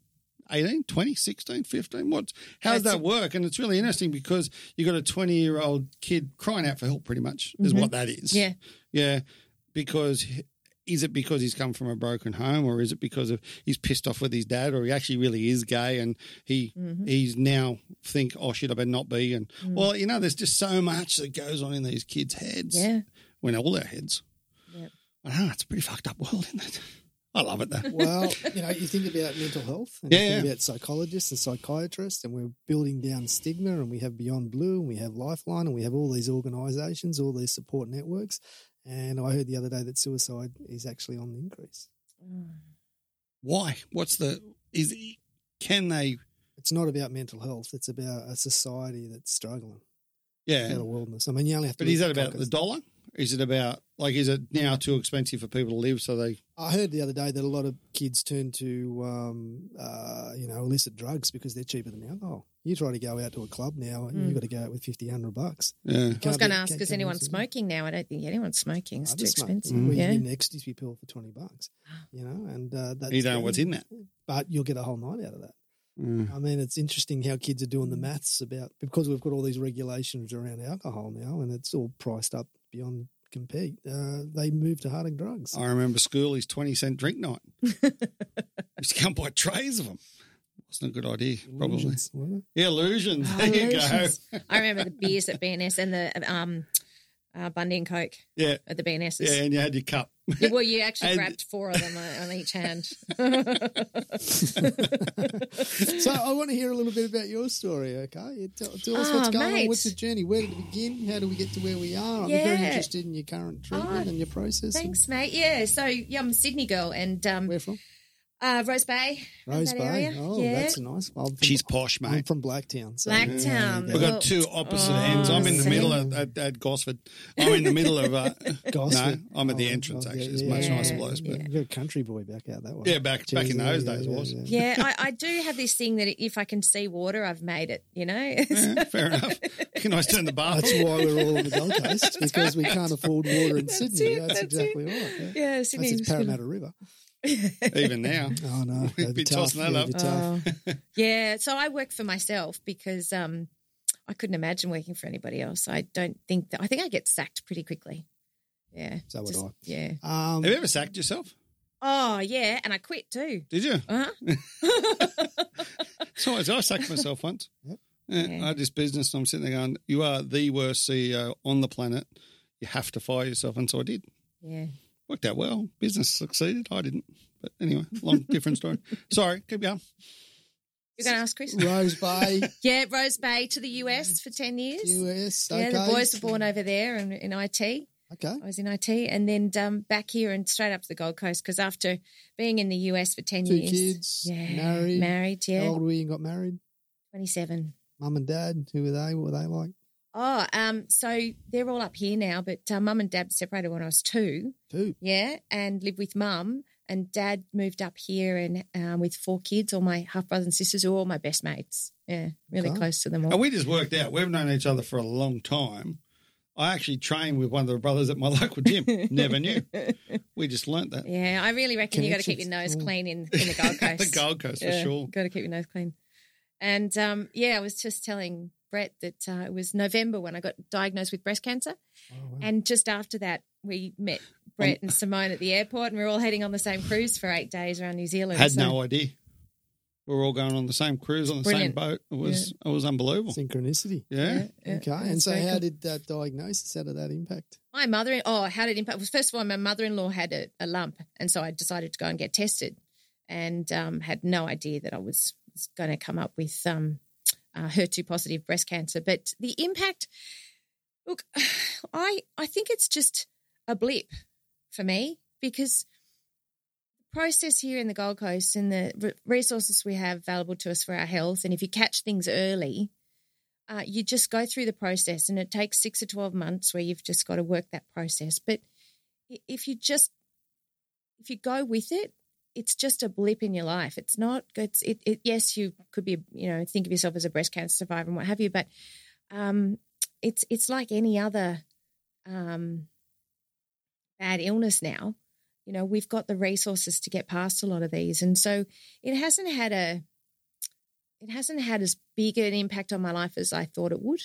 C: 18, 20, 16, 15? What's how does
F: That's-
C: that work? And it's really interesting because you got a 20 year old kid crying out for help, pretty much, is what that is.
F: Mm-hmm. Yeah.
C: Yeah. Because he- is it because he's come from a broken home or is it because of he's pissed off with his dad or he actually really is gay and he
F: Mm-hmm.
C: he's now think, oh, should I better not be? And
F: Mm.
C: well, you know, there's just so much that goes on in these kids' heads.
F: Yeah.
C: When all their heads.
F: Yep.
C: I know, it's a pretty fucked up world, isn't it? I love it though.
E: Well, you know, you think about mental health and
C: Yeah,
E: you think
C: yeah.
E: about psychologists and psychiatrists, and we're building down stigma, and we have Beyond Blue, and we have Lifeline, and we have all these organisations, all these support networks. And I heard the other day that suicide is actually on the increase.
C: why? What's the is? Can they?
E: It's not about mental health; it's about a society that's struggling,
C: Yeah,
E: mental wellness. I mean, you only have to.
C: but is that
E: look at
C: about the
E: Cockers.
C: dollar? Is it about like is it now too expensive for people to live? So they
E: I heard the other day that a lot of kids turn to, um, uh, you know, illicit drugs because they're cheaper than alcohol. You try to go out to a club now, and
C: Hmm.
E: you've got to go out with 50, 100 bucks.
C: yeah.
F: I was
E: Can't
F: going to
E: be-
F: ask,
E: can't
F: is
E: come
F: anyone
E: into it.
F: smoking now? I don't think anyone's smoking. It's
E: I
F: too
E: just smoke.
F: expentive.
E: We
F: Yeah.
E: get an ecstasy pill for twenty bucks, you know, and uh, that's
C: You don't know what's in that.
E: but you'll get a whole night out of that. I mean, it's interesting how kids are doing
F: Mm.
E: the maths about because we've got all these regulations around alcohol now, and it's all priced up beyond compete. Uh, they move to harder drugs.
C: I remember school is twenty cent drink night. Just can't buy trays of them. Wasn't a good idea, probably.
E: Illusions, weren't they?
C: Yeah, illusions.
F: Oh,
C: there you
F: Lucius.
C: go.
F: I remember the beers at BNS and the um, uh, Bundy and Coke
C: Yeah,
F: at the BNSs.
C: yeah, and you had your cup.
F: Yeah, Well, you actually
C: And-
F: grabbed four of them on on each hand.
E: So I want to hear a little bit about your story. Okay, You tell, tell us
F: Oh,
E: what's going on.
F: mate.
E: What's the journey? Where did it begin? How do we get to where we are? I'm very
F: Yeah.
E: interested in your current treatment
F: Oh,
E: and your process. and
F: Thanks, mate. Yeah. So, yeah, I'm a Sydney girl and um,
E: Where from?
F: Uh, Rose Bay. around
E: Rose
F: that
E: Bay.
F: area.
E: Oh,
F: yeah.
E: that's nice. Well, I'm from-
C: She's posh,
E: I'm
C: mate.
E: from Blacktown. So
F: Blacktown.
E: Yeah,
C: We've
F: Oh,
C: got two opposite
F: oh,
C: ends. I'm in the
F: see?
C: middle at, at, at Gosford. I'm in the middle of. Uh,
E: Gosford.
C: No, I'm at the
E: Oh,
C: entrance,
E: oh,
C: actually. It's a much
F: nicer
C: place, but-
E: yeah. You're a country boy back out that way.
C: yeah, back back in
E: Jeez,
C: those
E: yeah,
C: days,
E: yeah,
C: it was.
E: yeah.
F: Yeah, I, I do have this thing that if I can see water, I've made it, you know?
C: Yeah, fair enough. You can always turn the bath.
E: That's
C: on.
E: why we're all on the Gold Coast because we can't afford water in
F: That's
E: Sydney.
F: it,
E: That's,
F: that's it.
E: exactly right. Yeah.
F: yeah,
E: Unless
F: Sydney's
E: it's Parramatta River.
C: Even now,
E: Oh no,
C: We'd
E: that'd
C: be tossing
E: tough.
C: that
E: Yeah,
C: up.
E: it'd be tough.
F: Oh. yeah, so I work for myself because um, I couldn't imagine working for anybody else. I don't think that, I think I get sacked pretty quickly. Yeah.
E: So would I.
F: Yeah.
E: Um,
C: have you ever sacked yourself?
F: Oh, yeah. And I quit too.
C: Did you?
F: Uh-huh.
C: So I sacked myself once.
E: Yep.
C: Yeah,
F: Yeah.
C: I had this business, and I'm sitting there going, "You are the worst CEO on the planet. You have to fire yourself." And so I did.
F: yeah.
C: Worked out well. Business succeeded. I didn't. But anyway, long different story. Sorry, keep going.
F: You're going to ask Chris?
E: Rose Bay,
F: Yeah, Rose Bay to the US for 10 years.
E: US.
F: Yeah, the
E: okay.
F: boys were born over there and in IT.
E: Okay.
F: I was in IT and then um, back here and straight up to the Gold Coast because after being in the US for 10
E: Two
F: years.
E: kids,
F: yeah,
E: married.
F: Married,
E: How
F: yeah.
E: old were you and got married?
F: 27.
E: Mum and dad, who were they? What were they like?
F: Oh, um, so they're all up here now, but uh, mum and dad separated when I was two.
E: Two.
F: Yeah, and lived with mum. And dad moved up here and um, with four kids, all my half brothers and sisters, who are all my best mates. Yeah, really
E: Okay.
F: close to them all.
C: And we just worked out. We've known each other for a long time. I actually trained with one of the brothers at my local gym. Never knew. We just learnt that.
F: yeah, I really reckon you got to keep your nose
E: Connections. Mm.
F: clean in, in the Gold Coast.
C: the Gold Coast for sure.
F: Got to keep your nose clean. And um, yeah, I was just telling Brett that uh, it was November when I got diagnosed with breast cancer.
C: Oh,
F: And just after that, we met Brett and Simone at the airport and we were all heading on the same cruise for eight days around New Zealand.
C: Had
F: So-
C: no idea. We were all going on the same cruise on the
F: Brilliant.
C: same boat. It was it was unbelievable.
E: Synchronicity.
C: Yeah.
F: Yeah, yeah,
E: Okay.
F: it
E: And
F: was
E: so,
F: very
E: how
F: cool.
E: did that diagnosis? How did that impact?
F: my mother oh how did it impact well, first of all my mother-in-law had a, a lump and so i decided to go and get tested and um, had no idea that i was, was going to come up with um, uh, her2 positive breast cancer but the impact look i i think it's just a blip for me because the process here in the gold coast and the re- resources we have available to us for our health and if you catch things early uh, you just go through the process and it takes six or 12 months where you've just got to work that process. But i- if you just, if you go with it, it's just a blip in your life. It's not, it's, it, it, yes, you could be, you know, think of yourself as a breast cancer survivor and what have you, but um, it's, it's like any other um, bad illness now. You know, we've got the resources to get past a lot of these. And so it hasn't had a, it hasn't had as big an impact on my life as I thought it would.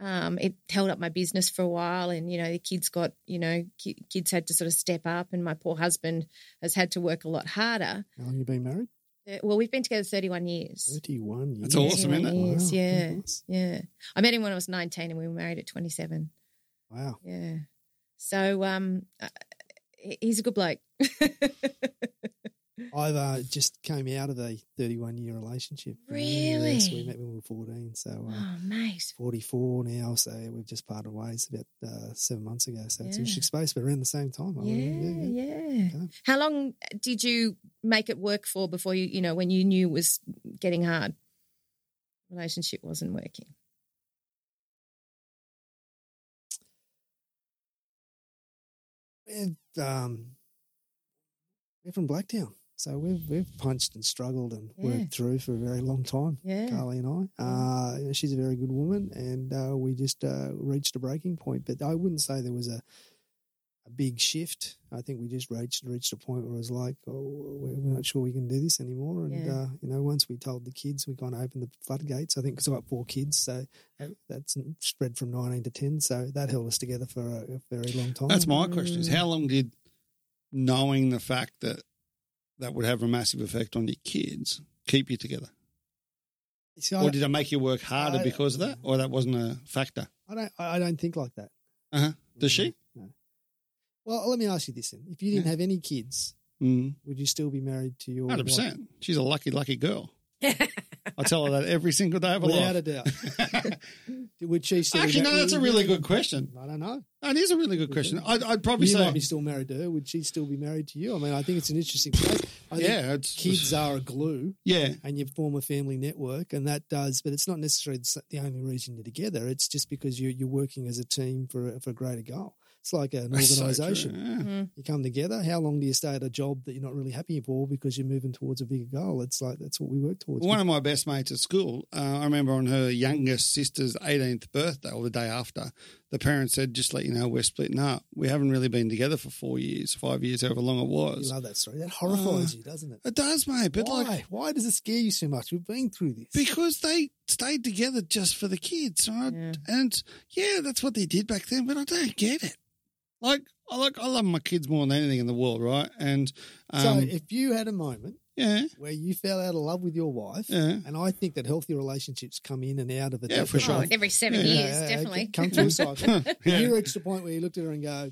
F: Um, it held up my business for a while, and you know the kids got you know ki- kids had to sort of step up, and my poor husband has had to work a lot harder.
E: How long you been married?
F: Uh, Well, we've been together thirty-one years.
E: Thirty-one years.
C: That's awesome, isn't it?
F: Yes, yeah.
E: Nice.
F: Yeah, I met him when I was nineteen, and we were married at twenty-seven.
E: Wow.
F: Yeah, so um, uh, he- he's a good bloke.
E: I've uh, just came out of a 31 year relationship.
F: Really?
E: Yes, we met when we were 14. So uh,
F: oh, mate.
E: 44 now. So we've just parted ways about uh, seven months ago. So it's
F: Yeah.
E: interesting space, but around the same time. I
F: Yeah,
E: remember,
F: yeah.
E: Okay.
F: How long did you make it work for before you, you know, when you knew it was getting hard? Relationship wasn't working.
E: And, um, we're from Blacktown. So we've, we've punched and struggled and
F: Yeah.
E: worked through for a very long time.
F: Yeah.
E: Carly and I. Uh, she's a very good woman, and uh, we just uh, reached a breaking point. But I wouldn't say there was a a big shift. I think we just reached reached a point where it was like, oh, we're we're not sure we can do this anymore. And
F: Yeah.
E: uh, you know, once we told the kids, we kind of opened the floodgates. I think because I got four kids, so that- that's spread from nineteen to ten. So that held us together for a, a very long time.
C: That's my question is how long did knowing the fact that that would have a massive effect on your kids keep you together?
E: See, I,
C: Or did it make you work harder
E: I-
C: because of that? Or that wasn't a factor?
E: I don't. I don't think like that.
C: Uh-huh. Does she?
E: No. Well, let me ask you this then: If you didn't
C: Yeah.
E: have any kids,
C: Mm.
E: would you still be married to your wife?
C: 100%. She's a lucky, lucky girl. I tell her that every single day of her
E: Without
C: life.
E: a doubt. Would she still be
C: Actually, no,
E: married-
C: that's a really good question.
E: I don't know.
C: No, That is a really good question. I'd, I'd probably
E: you
C: say
E: might be still married to her. Would she still be married to you? I mean, I think it's an interesting place. I think
C: yeah, it's,
E: kids are a glue,
C: yeah,
E: and you form a family network, and that does. But it's not necessarily the s- the only reason you're together. It's just because you're you're working as a team for a- for a greater goal. It's like an
C: That's so true,
E: organisation.
C: yeah.
E: you come together. How long do you stay at a job that you're not really happy for because you're moving towards a bigger goal? It's like that's what we work towards.
C: One of my best mates at school, uh, I remember on her youngest sister's 18th birthday or the day after, the parents said, just let you know, we're splitting up. We haven't really been together for four years, five years, however long it
E: you
C: was.
E: love that story. That horrifies
C: Uh.
E: you, doesn't it?
C: It does, mate. But
E: Why?
C: like,
E: Why does it scare you so much? We've been through this.
C: because they stayed together just for the kids. Right?
F: Yeah.
C: And yeah, that's what they did back then, but I don't get it. Like, I like, I love my kids more than anything in the world, right? And
E: so,
C: um,
E: if you had a moment
C: yeah,
E: where you fell out of love with your wife,
C: yeah.
E: and I think that healthy relationships come in and out of it.
C: Yeah, for sure.
F: Oh, every seven
C: Yeah.
F: years, definitely.
E: Come to a cycle.
C: Yeah.
E: You reached the point where you looked at her and go,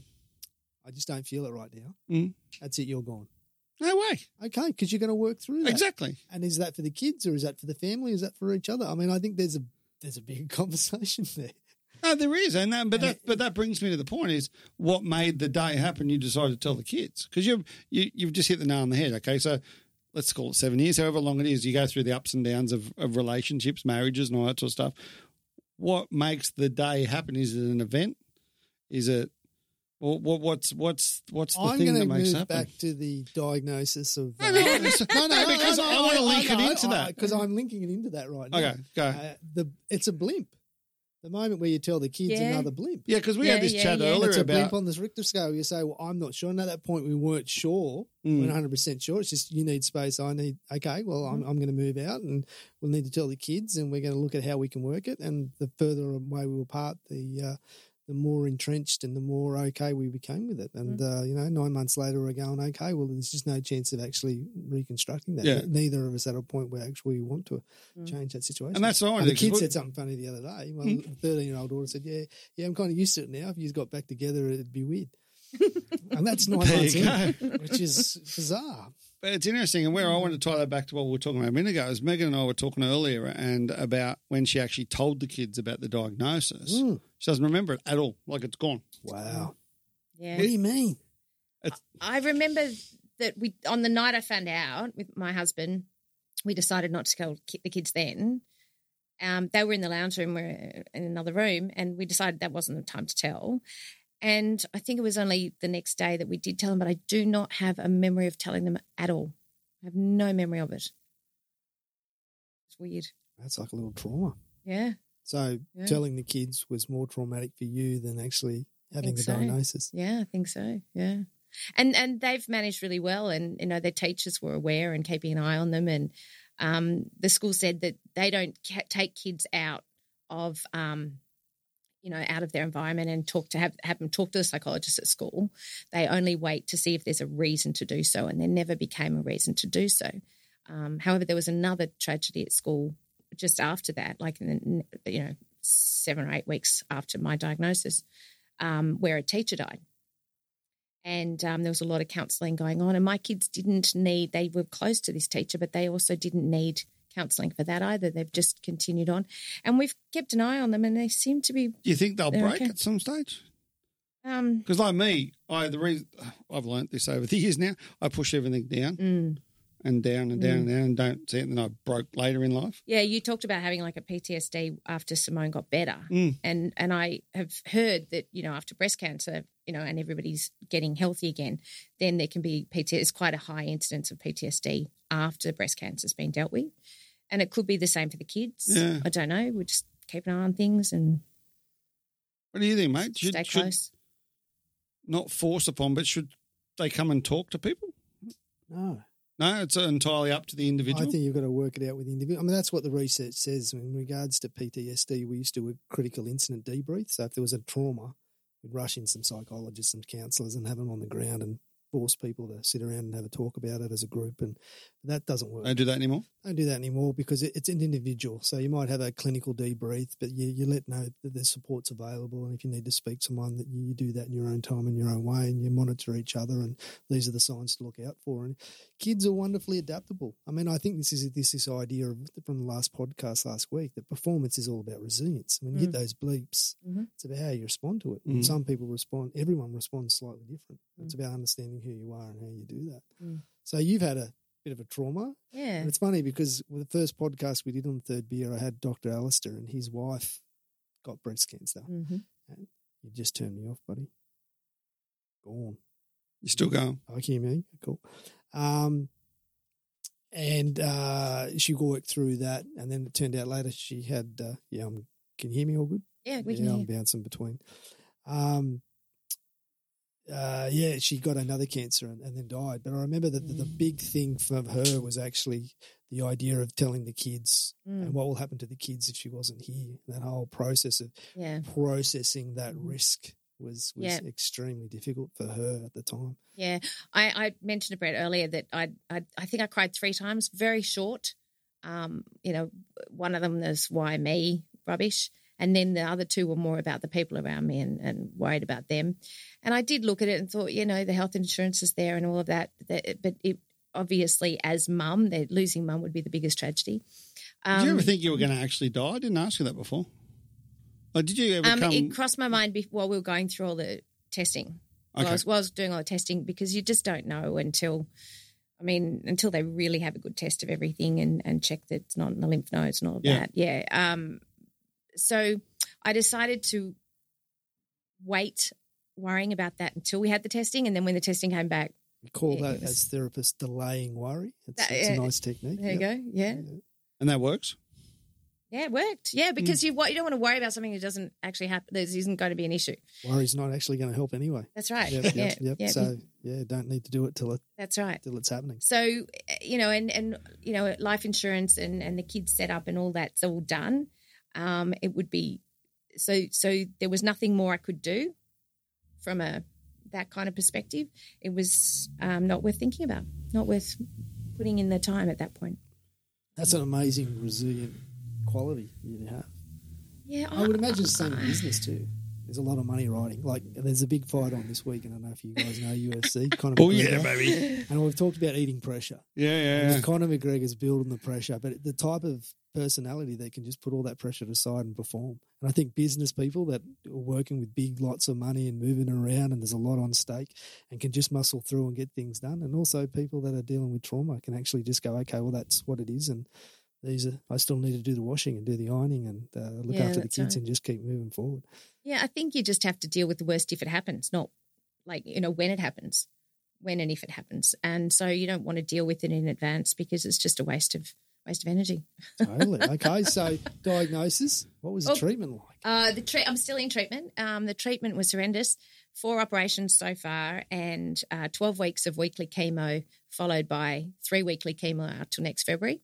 E: "I just don't feel it right now."
C: Mm.
E: That's it. You're gone.
C: No way.
E: Okay, because you're going to work through that.
C: Exactly.
E: And is that for the kids or is that for the family? Is that for each other? I mean, I think there's a there's a big conversation there.
C: No, there is, and that, but that, but that brings me to the point: is what made the day happen? You decided to tell the kids because you've you, you've just hit the nail on the head. Okay, so let's call it seven years, however long it is. You go through the ups and downs of, of relationships, marriages, and all that sort of stuff. What makes the day happen? Is it an event? Is it what? what what's what's what's the
E: I'm
C: thing
E: going to
C: that
E: move
C: makes it happen?
E: back to the diagnosis of.
C: No,
E: uh,
C: no, it's- no, no, because I want to link it into that.
E: because I'm linking it into that right now.
C: Okay, go.
E: Uh, the it's a blimp. The moment where you tell the kids
F: Yeah.
E: another blimp.
C: yeah, because we
F: Yeah,
C: had this
F: yeah,
C: chat
F: yeah.
C: earlier
E: It's a
C: about
E: blimp on this Richter scale. You say, "Well, I'm not sure." And at that point, we weren't sure.
C: Mm.
E: We're 100 percent sure. It's just you need space. I need. Okay, well,
C: Hmm.
E: I'm, I'm going to move out, and we'll need to tell the kids, and we're going to look at how we can work it. And the further away we were apart, the uh, the more entrenched and the more okay we became with it. And
C: Hmm.
E: uh, you know, nine months later, we're going, okay, well, there's just no chance of actually reconstructing that.
C: Yeah. Hmm.
E: Neither of us at a point where actually we want to change that situation.
C: and that's all.
E: And the kid said something funny the other day. My
C: Hmm.
E: 13 year old daughter said, Yeah, yeah, I'm kind of used to it now. If you got back together, it'd be weird. and that's nine
C: There
E: months
C: you
E: in, which is bizarre.
C: But it's interesting, and where I want to tie that back to what we were talking about a minute ago is Megan and I were talking earlier and about when she actually told the kids about the diagnosis.
E: Mm.
C: She doesn't remember it at all, like it's gone.
E: Wow.
F: Yeah.
E: What do you mean?
F: I remember that we on the night I found out with my husband, we decided not to tell ki- the kids then. Um, they were in the lounge room, we we're in another room, and we decided that wasn't the time to tell. And I think it was only the next day that we did tell them, but I do not have a memory of telling them at all. I have no memory of it. It's weird.
E: That's like a little trauma.
F: Yeah.
E: So
F: Yeah.
E: telling the kids was more traumatic for you than actually having
F: Think
E: the
F: so.
E: diagnosis.
F: Yeah, I think so. Yeah. And and they've managed really well and you know their teachers were aware and keeping an eye on them and um, the school said that they don't ca- take kids out of um, you know out of their environment and talk to have have them talk to the psychologist at school. They only wait to see if there's a reason to do so and there never became a reason to do so. Um, however, there was another tragedy at school just after that, like in the you know seven or eight weeks after my diagnosis, um, where a teacher died. And um, there was a lot of counselling going on. And my kids didn't need, they were close to this teacher, but they also didn't need counselling for that either. They've just continued on. And we've kept an eye on them and they seem to be,
C: Do you think they'll
F: They're
C: break
F: okay.
C: at some stage?
F: um,
C: Because like me, I the reason I've learnt this over the years now, I push everything down
F: mm.
C: and down and down and down and don't see it, and then I broke later in life.
F: yeah, you talked about having like a PTSD after Simone got better.
C: Mm.
F: And, and I have heard that, you know, after breast cancer, you know, and everybody's getting healthy again, then there can be PT. It's quite a high incidence of PTSD after breast cancer's been dealt with. And it could be the same for the kids.
C: Yeah.
F: I don't know. We just keep an eye on things and
C: What do you think, mate? Should,
F: stay
C: should
F: close.
C: not force upon, but should they come and talk to people?
E: No.
C: No, it's entirely up to the individual.
E: I think you've got to work it out with the individual. I mean, that's what the research says in regards to PTSD. We used to do a critical incident debrief. So if there was a trauma, we'd rush in some psychologists, some counsellors, and have them on the ground and force people to sit around and have a talk about it as a group. And that doesn't work.
C: Don't do that anymore.
E: Don't do that anymore because it, it's an individual. So you might have a clinical debrief, but you, you let know that there's support's available. And if you need to speak to someone, that you, you do that in your own time, in your own way, and you monitor each other. And these are the signs to look out for. And kids are wonderfully adaptable. I mean, I think this is this this idea of, from the last podcast last week that performance is all about resilience. When you hit those bleeps,
F: Mhm.
E: it's about how you respond to it.
C: Mhm.
E: And some people respond, everyone responds slightly different. It's about understanding who you are and how you do that.
F: Mm.
E: So you've had a bit of a trauma
F: Yeah.
E: and it's funny because with the first podcast we did on third beer, I had Dr. Alistair and his wife got breast cancer.
F: Mm-hmm.
E: You just turned me off, buddy. Gone.
C: You're still going.
E: Oh, can you hear me? Cool. Um, and uh, she worked through that, and then it turned out later she had. Uh, yeah, I'm, can you hear me all good?
F: Yeah, we
E: yeah,
F: can hear.
E: I'm bouncing between. Um, uh, yeah, she got another cancer and, and then died. But I remember that the, the
F: Mm.
E: big thing for her was actually the idea of telling the kids
F: Mm.
E: and what will happen to the kids if she wasn't here. That whole process of
F: Yeah.
E: processing that
F: Mhm.
E: risk was was
F: Yeah.
E: extremely difficult for her at the time.
F: Yeah, I, I mentioned to Brett earlier that I, I I think I cried three times, very short. Um, you know, one of them was why me rubbish, and then the other two were more about the people around me and, and worried about them. And I did look at it and thought, you know, the health insurance is there and all of that, that but it obviously as mum, that losing mum would be the biggest tragedy. Um,
C: did you ever think you were going to actually die? I didn't ask you that before. Like, did you ever
F: um,
C: come?
F: it crossed my mind bef- while we were going through all the testing. While I,
C: Okay.
F: was, while I was doing all the testing because you just don't know until, I mean, until they really have a good test of everything and, and check that it's not in the lymph nodes and all of
C: Yeah.
F: that. Yeah. Um, so I decided to wait worrying about that until we had the testing. And then when the testing came back,
E: We call
F: Yeah,
E: that
F: yes.
E: as therapists delaying worry. It's,
F: That-
E: it's a
F: yeah.
E: nice technique.
F: there you go. Yeah.
C: and that works.
F: Yeah, it worked. Yeah, because you you you don't want to worry about something that doesn't actually happen. That isn't going to be an issue.
E: go. Worry's not actually going to help anyway.
F: That's right.
E: Yep, yep,
F: yeah,
E: yep.
F: yeah.
E: So yeah, don't need to do it till it
F: that's right.
E: till it's happening.
F: So uh, you know, and and you know, life insurance and and the kids setup and all that's all done. Um, it would be so so there was nothing more I could do from a that kind of perspective. It was um, not worth thinking about, not worth putting in the time at that point.
E: That's an amazing resilient quality you have.
F: Yeah,
E: I would imagine it's the same in business too. There's a lot of money riding. Like there's a big fight on this week, and I don't know if you guys know UFC. Conor
C: Oh yeah,
E: McGregor.
C: baby.
E: And we've talked about eating pressure.
C: Yeah, yeah. yeah.
E: And Conor McGregor's building the pressure, but the type of personality that can just put all that pressure aside and perform. And I think business people that are working with big lots of money and moving around and there's a lot on stake and can just muscle through and get things done. And also people that are dealing with trauma can actually just go, okay, well, that's what it is. And these are, I still need to do the washing and do the ironing and uh, look
F: Yeah,
E: after the
F: that's
E: kids
F: right.
E: and just keep moving forward.
F: yeah. I think you just have to deal with the worst if it happens, not like you know when it happens, when and if it happens. And so you don't want to deal with it in advance because it's just a waste of waste of energy.
E: Totally. okay. So diagnosis, what was the
F: Oh.
E: treatment like?
F: Uh, the tre- I'm still in treatment. Um, the treatment was horrendous. Four operations so far, and uh, 12 weeks of weekly chemo, followed by three weekly chemo out till next February.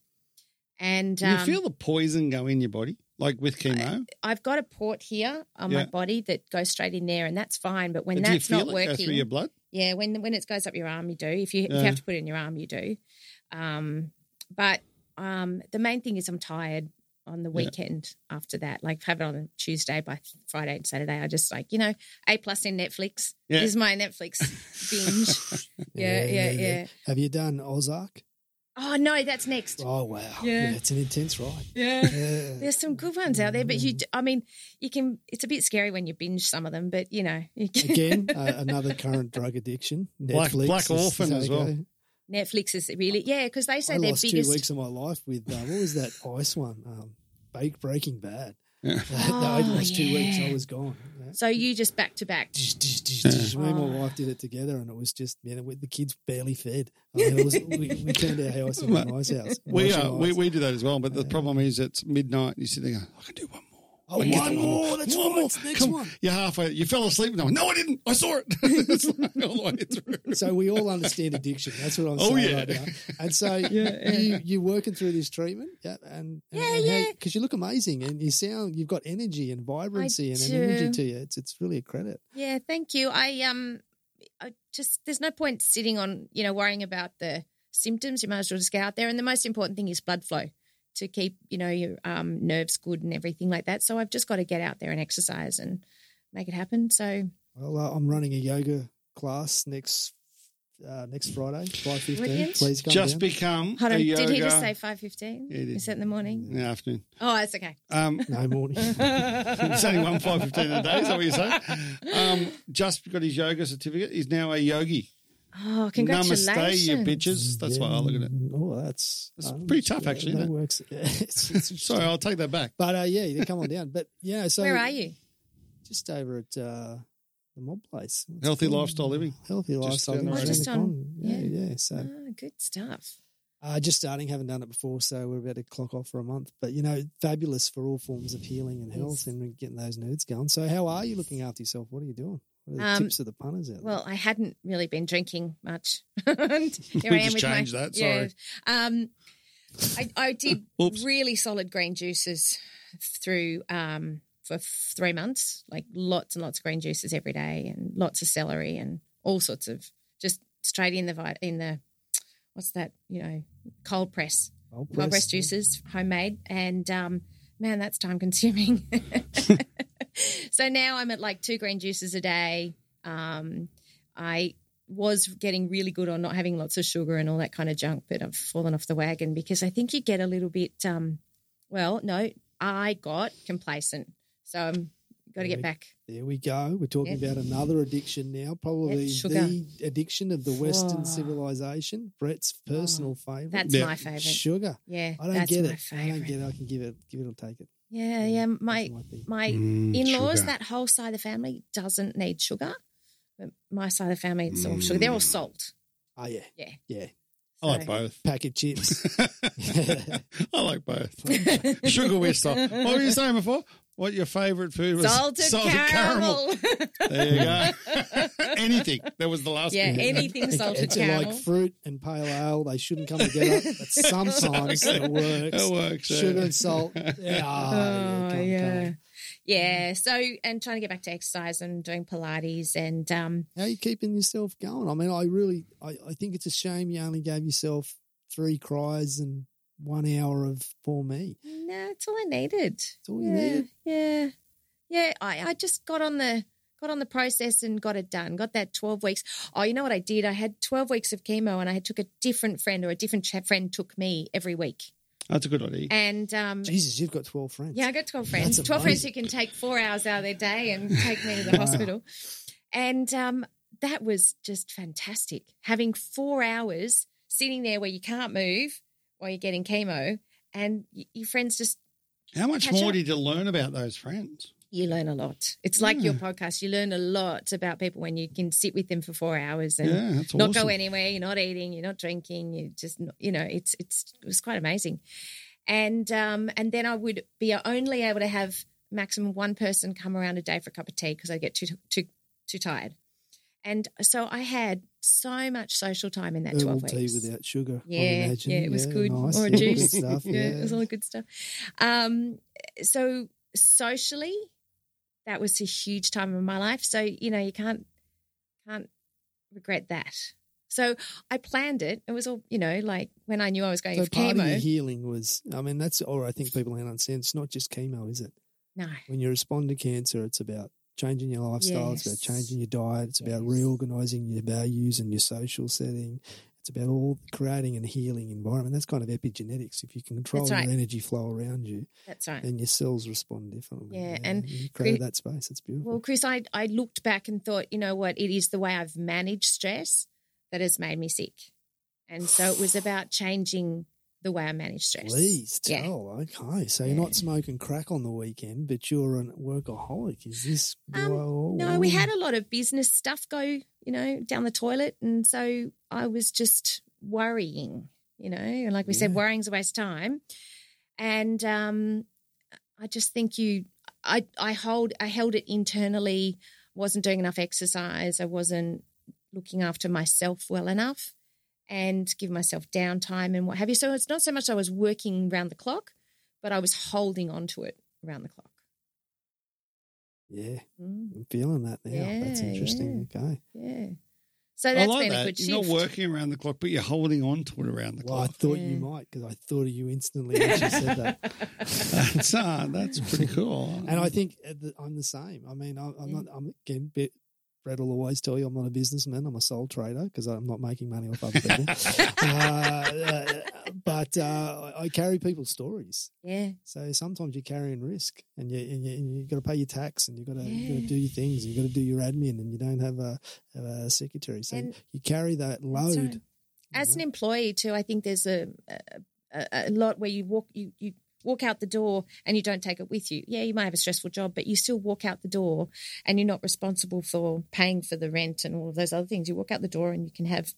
F: And
C: Do
F: um,
C: you feel the poison go in your body, like with chemo?
F: I've got a port here on my
C: Yeah.
F: body that goes straight in there, and that's fine. But when
C: Do you
F: that's
C: feel
F: not
C: it
F: working,
C: go through your blood?
F: yeah, when when it goes up your arm, you do. If you, if you
C: Yeah.
F: have to put it in your arm, you do. Um, but um, the main thing is I'm tired on the
C: Yeah.
F: weekend after that. Like have it on a Tuesday by Friday and Saturday. I just like you know A plus in Netflix
C: Yeah.
F: This is my Netflix binge. yeah, yeah, yeah,
E: Have you done Ozark?
F: Oh no, that's next.
E: Oh, wow.
F: Yeah.
E: yeah it's an intense ride.
F: Yeah.
E: Yeah.
F: There's some good ones out there, but you, d- I mean, you can, it's a bit scary when you binge some of them, but you know, you can,
E: Again, uh, another current drug addiction.
C: Black-
E: Netflix
C: Black
E: is-
C: Orphan
E: is how
C: as
E: they go.
C: well.
F: Netflix is really, yeah, because they say
E: I
F: their
E: lost
F: biggest.
E: two weeks of my life with uh, what was that ice one? Um, Bake Breaking Bad.
C: Yeah.
E: I
F: Oh,
E: lost two weeks. I
F: yeah.
E: was gone. Yeah.
F: So you just back to back.
E: Me and my
F: Oh.
E: wife did it together, and it was just man, it- the kids barely fed. I mean, it was, we, we turned our house into an ice house.
C: We
E: Emotional
C: are, we,
E: ice.
C: we do that as well, but the problem is it's midnight. You sit there, going, I can do one more.
E: Oh,
C: I can
E: one
C: do
E: more. That's
C: one
E: right.
C: more.
E: It's next
C: Come on."
E: one.
C: You're halfway. You fell asleep. No, no, I didn't. I saw it. it's like all the way through.
E: So we all understand addiction. That's what I'm
C: Oh,
E: saying
C: yeah.
E: right now. And so you you're working through this treatment, yeah, and, and
F: Yeah, yeah.
E: because you look amazing and you sound you've got energy and vibrancy and an
F: do.
E: energy to you. It's it's really a credit.
F: Yeah, thank you. I um, I just there's no point sitting on you know worrying about the symptoms. You might as well just get out there. And the most important thing is blood flow to keep you know your um, nerves good and everything like that. So I've just got to get out there and exercise and make it happen. So
E: Well, uh, I'm running a yoga class next uh, next Friday, five fifteen.
F: Brilliant.
E: Please come
C: Just
E: down.
C: become
F: Hold
C: a
F: on.
C: yoga
F: Did he just say 5.15?
C: Yeah, he did.
F: Is that in the morning?
C: in the afternoon.
F: Oh, that's okay.
C: Um,
E: no morning.
C: it's only one five fifteen a day. Is that what you're saying? Um, just got his yoga certificate. He's now a yogi.
F: Oh, congratulations.
C: Namaste, you bitches. That's why I look at it.
E: Oh, that's
C: It's
E: um,
C: pretty tough, actually,
E: That
C: isn't it?
E: works. It's- it's-
C: Sorry, I'll take that back.
E: but uh, yeah, you come on down. But yeah, so
F: Where are you?
E: Just over at uh, the mob place. What's it
C: Healthy
E: called?
C: lifestyle living.
E: Healthy
C: Just
E: lifestyle.
C: down the road.
E: living around
F: Just
E: the
F: on-
E: corner. Yeah,
F: yeah.
E: yeah. So
F: Oh, good stuff.
E: uh, just starting, haven't done it before, so we're about to clock off for a month. But you know, fabulous for all forms of healing and health
F: Yes.
E: and getting those nerds going. So how are you looking after yourself? What are you doing? What are the
F: Um,
E: tips of the punters out there?
F: Well, I hadn't really been drinking much. and here
C: We
F: I am
C: just
F: with my-
C: changed that, sorry.
F: Yeah. Um, I, I did
C: Oops.
F: really solid green juices through um, for f- three months, like lots and lots of green juices every day, and lots of celery and all sorts of just straight in the vi- in the what's that you know cold press
E: Well,
F: cold
E: bless
F: press
E: you.
F: juices homemade and um, man that's time consuming so now i'm at like two green juices a day um, i was getting really good on not having lots of sugar and all that kind of junk but i've fallen off the wagon because i think you get a little bit um, well no i got complacent so i'm got to get back
E: There we go. We're talking
F: Yep.
E: about another addiction now, probably
F: sugar.
E: the addiction of the Western
F: Oh.
E: civilization. Brett's personal favorite.
F: that's
C: Yeah.
F: my favorite
E: sugar.
F: yeah
E: I don't
F: that's
E: get it.
F: my
E: I don't
F: favorite
E: get it. I can give it, give it or take it.
F: yeah yeah
E: that's
F: my
E: thing.
F: my in laws, that whole side of the family doesn't need sugar. But my side of the family, it's all sugar.
E: Mm.
F: They're all salt.
E: Oh yeah,
F: Yeah.
E: yeah.
C: I like both.
E: Packet chips.
C: I like both. Sugar whistler. What were you saying before? What your favourite food was?
F: Salted, caramel.
C: There you go. anything. That was the last.
F: yeah,
C: thing.
F: anything salted
E: it's
F: caramel.
E: like fruit and pale ale. They shouldn't come together, but sometimes it works.
C: It works. eh? yeah.
E: Sugar and salt. Yeah,
F: Oh,
E: oh, yeah, come,
F: yeah.
E: come.
F: yeah. So, and trying to get back to exercise and doing Pilates and um,
E: How are you keeping yourself going? I mean, I really, I, I think it's a shame you only gave yourself three cries and one hour of poor me.
F: no, it's all I needed.
E: It's all you
F: yeah,
E: needed.
F: Yeah, yeah. I, I just got on the got on the process and got it done. Got that twelve weeks. Oh, you know what I did? I had twelve weeks of chemo, and I had took a different friend or a different cha- friend took me every week.
C: That's a good idea.
F: And um,
E: Jesus, you've got twelve friends.
F: yeah, I got 12 friends.
E: That's
F: 12 friends who can take four hours out of their day and take me to the hospital. And um, that was just fantastic. Having four hours sitting there where you can't move while you're getting chemo and y- your friends just,
C: How much
F: Catch
C: more
F: up.
C: did you learn about those friends?
F: you learn a lot. It's like your podcast. You learn a lot about people when you can sit with them for four hours and
C: Yeah, that's
F: not
C: awesome.
F: go anywhere. You're not eating. You're not drinking. You just, you know, it's it's it was quite amazing, and um and then I would be only able to have maximum one person come around a day for a cup of tea because I get too too too tired, and so I had so much social time in that
E: Herbal
F: twelve
E: tea
F: weeks.
E: without sugar. I
F: Yeah,
E: imagine.
F: yeah, it was good.
E: nice,
F: Or
E: yeah, good
F: juice.
E: stuff,
F: yeah, it was all good stuff. Um, so socially, that was a huge time of my life. So you know, you can't can't regret that. So I planned it. It was all you know, like when I knew I was going
E: So
F: for
E: part of your
F: chemo.
E: healing was, I mean, that's, or I think people don't understand, it's not just chemo, is it?
F: No,
E: When you respond to cancer, it's about changing your lifestyle, it's about
F: Yes.
E: changing your diet, it's about
F: Yes.
E: reorganizing your values and your social setting. It's about all creating and healing environment. That's kind of epigenetics. If you can control
F: right.
E: your energy flow around you,
F: that's right.
E: then your cells respond differently.
F: Yeah, and
E: you create
F: cre-
E: that space. It's beautiful.
F: Well, Chris, I, I looked back and thought, you know what? It is the way I've managed stress that has made me sick. And so it was about changing the way I manage stress.
E: Please
F: Yeah.
E: tell. Okay, so you're not smoking crack on the weekend, but you're a workaholic. Is this?
F: Um,
E: whoa,
F: No, we
E: whoa.
F: had a lot of business stuff go, you know, down the toilet. And so I was just worrying, you know, and like we said,
E: Yeah.
F: worrying's a waste of time. And um, I just think you, I, I hold, I held it internally, wasn't doing enough exercise. I wasn't looking after myself well enough and give myself downtime and what have you. So it's not so much I was working round the clock, but I was holding on to it around the clock.
E: Yeah,
F: Mm.
E: I'm feeling that now. That's
F: Yeah,
E: interesting. Okay.
F: Yeah. So that's
C: I Oh, like
F: been
C: that.
F: a good
C: you're
F: shift.
C: not working around the clock, but you're holding on to it around the
E: Well, I
C: clock.
E: thought
F: Yeah.
E: you might because I thought of you instantly when she said that.
C: that's, uh, that's pretty cool.
E: And I think at the- I'm the same. I mean, I, I'm
F: Yeah.
E: not. I'm again bit Brad will always tell you I'm not a businessman. I'm a sole trader because I'm not making money off other people. uh, uh, but uh, I carry people's stories.
F: Yeah.
E: So sometimes you're carrying risk, and you and you, and you got to pay your tax, and you got to you got
F: Yeah.
E: to do your things, you got to do your admin, and you don't have a, have a secretary, so
F: And-
E: you carry that
F: That's
E: load.
F: right. As an employee too, I think there's a, a a a lot where you walk you you walk out the door and you don't take it with you. Yeah, you might have a stressful job, but you still walk out the door and you're not responsible for paying for the rent and all of those other things. You walk out the door and you can have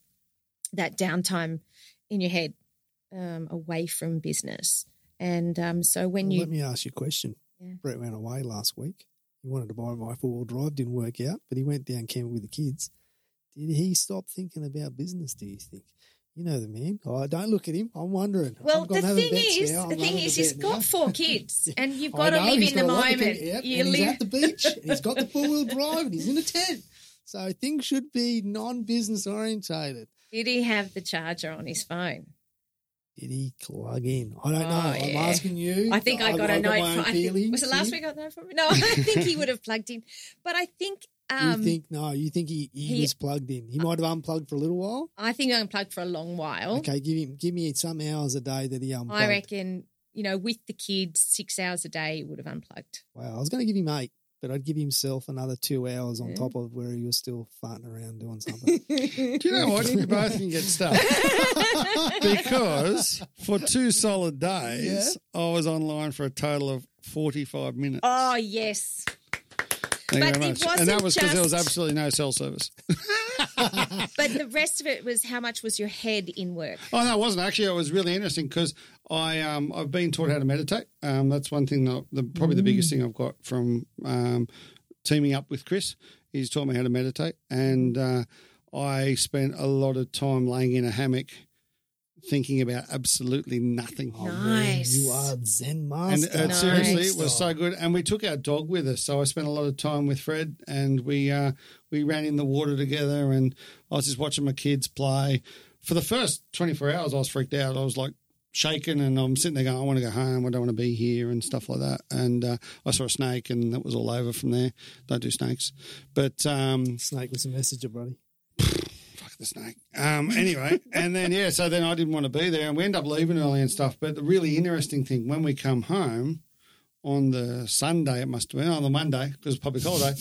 F: that downtime in your head um, away from business. And um, so when
E: Well,
F: you
E: Let me ask you a question.
F: Yeah.
E: Brett went away last week. He wanted to buy my four wheel drive, didn't work out, but he went down camping with the kids. Did he stop thinking about business? Do you think? You know the man. I don't look at him. I'm wondering.
F: Well,
E: I'm
F: the
E: gonna have a
F: thing
E: bet
F: is,
E: now. I'm
F: the thing
E: having a
F: is, he's
E: bet
F: got
E: now.
F: four kids, and you've
E: I
F: got to
E: know,
F: live
E: he's
F: in the
E: got a lot to
F: moment.
E: think out,
F: You
E: and he's
F: live.
E: at the beach. and he's got the four wheel drive, and he's in a tent. So things should be non business orientated.
F: Did he have the charger on his phone?
E: Did he plug in? I don't know.
F: Oh,
E: I'm
F: yeah.
E: asking you.
F: I think I
E: I've-
F: got a
E: I've
F: note.
E: my own
F: From, I think, was
E: feelings
F: it last
E: here.
F: week? I got a note from no. I think he would have plugged in, but I think um,
E: you think no? You think he, he,
F: he-
E: was plugged in? He might have unplugged for a little while.
F: I think I'm plugged for a long while.
E: Okay, give him give me some hours a day that he unplugged.
F: Oh. I reckon you know, with the kids, six hours a day he would have unplugged.
E: Wow, I was going to give him eight, but I'd give himself another two hours on
F: Yeah.
E: top of where he was still farting around doing something.
C: Do you know what? You both can get stuck. because for two solid days, I was online for a total of 45 minutes.
F: oh yes,
C: Thank you
F: but
C: very
F: it
C: much. and that
F: wasn't
C: was because there was
F: just-
C: absolutely no cell service.
F: but the rest of it was how much was your head in work?
C: Oh no, it wasn't actually. It was really interesting because I um I've been taught how to meditate. Um, that's one thing that the, probably the biggest thing I've got from um, teaming up with Chris. He's taught me how to meditate, and uh, I spent a lot of time laying in a hammock, thinking about absolutely nothing.
E: Oh, man,
F: Nice.
E: you are Zen
C: And
E: master.
C: uh,
F: Nice.
C: seriously, it was so good. And we took our dog with us, so I spent a lot of time with Fred, and we uh, we ran in the water together. And I was just watching my kids play. For the first twenty four hours, I was freaked out. I was like shaking, and I'm sitting there going, "I want to go home. I don't want to be here," and stuff like that. And uh, I saw a snake, and that was all over from there. Don't do snakes, but um,
E: Snake was a messenger, buddy.
C: fuck the snake. Um, anyway, and then yeah, so then I didn't want to be there, and we end up leaving early and stuff. But the really interesting thing when we come home on the Sunday, it must have been on the Monday because it's public holiday,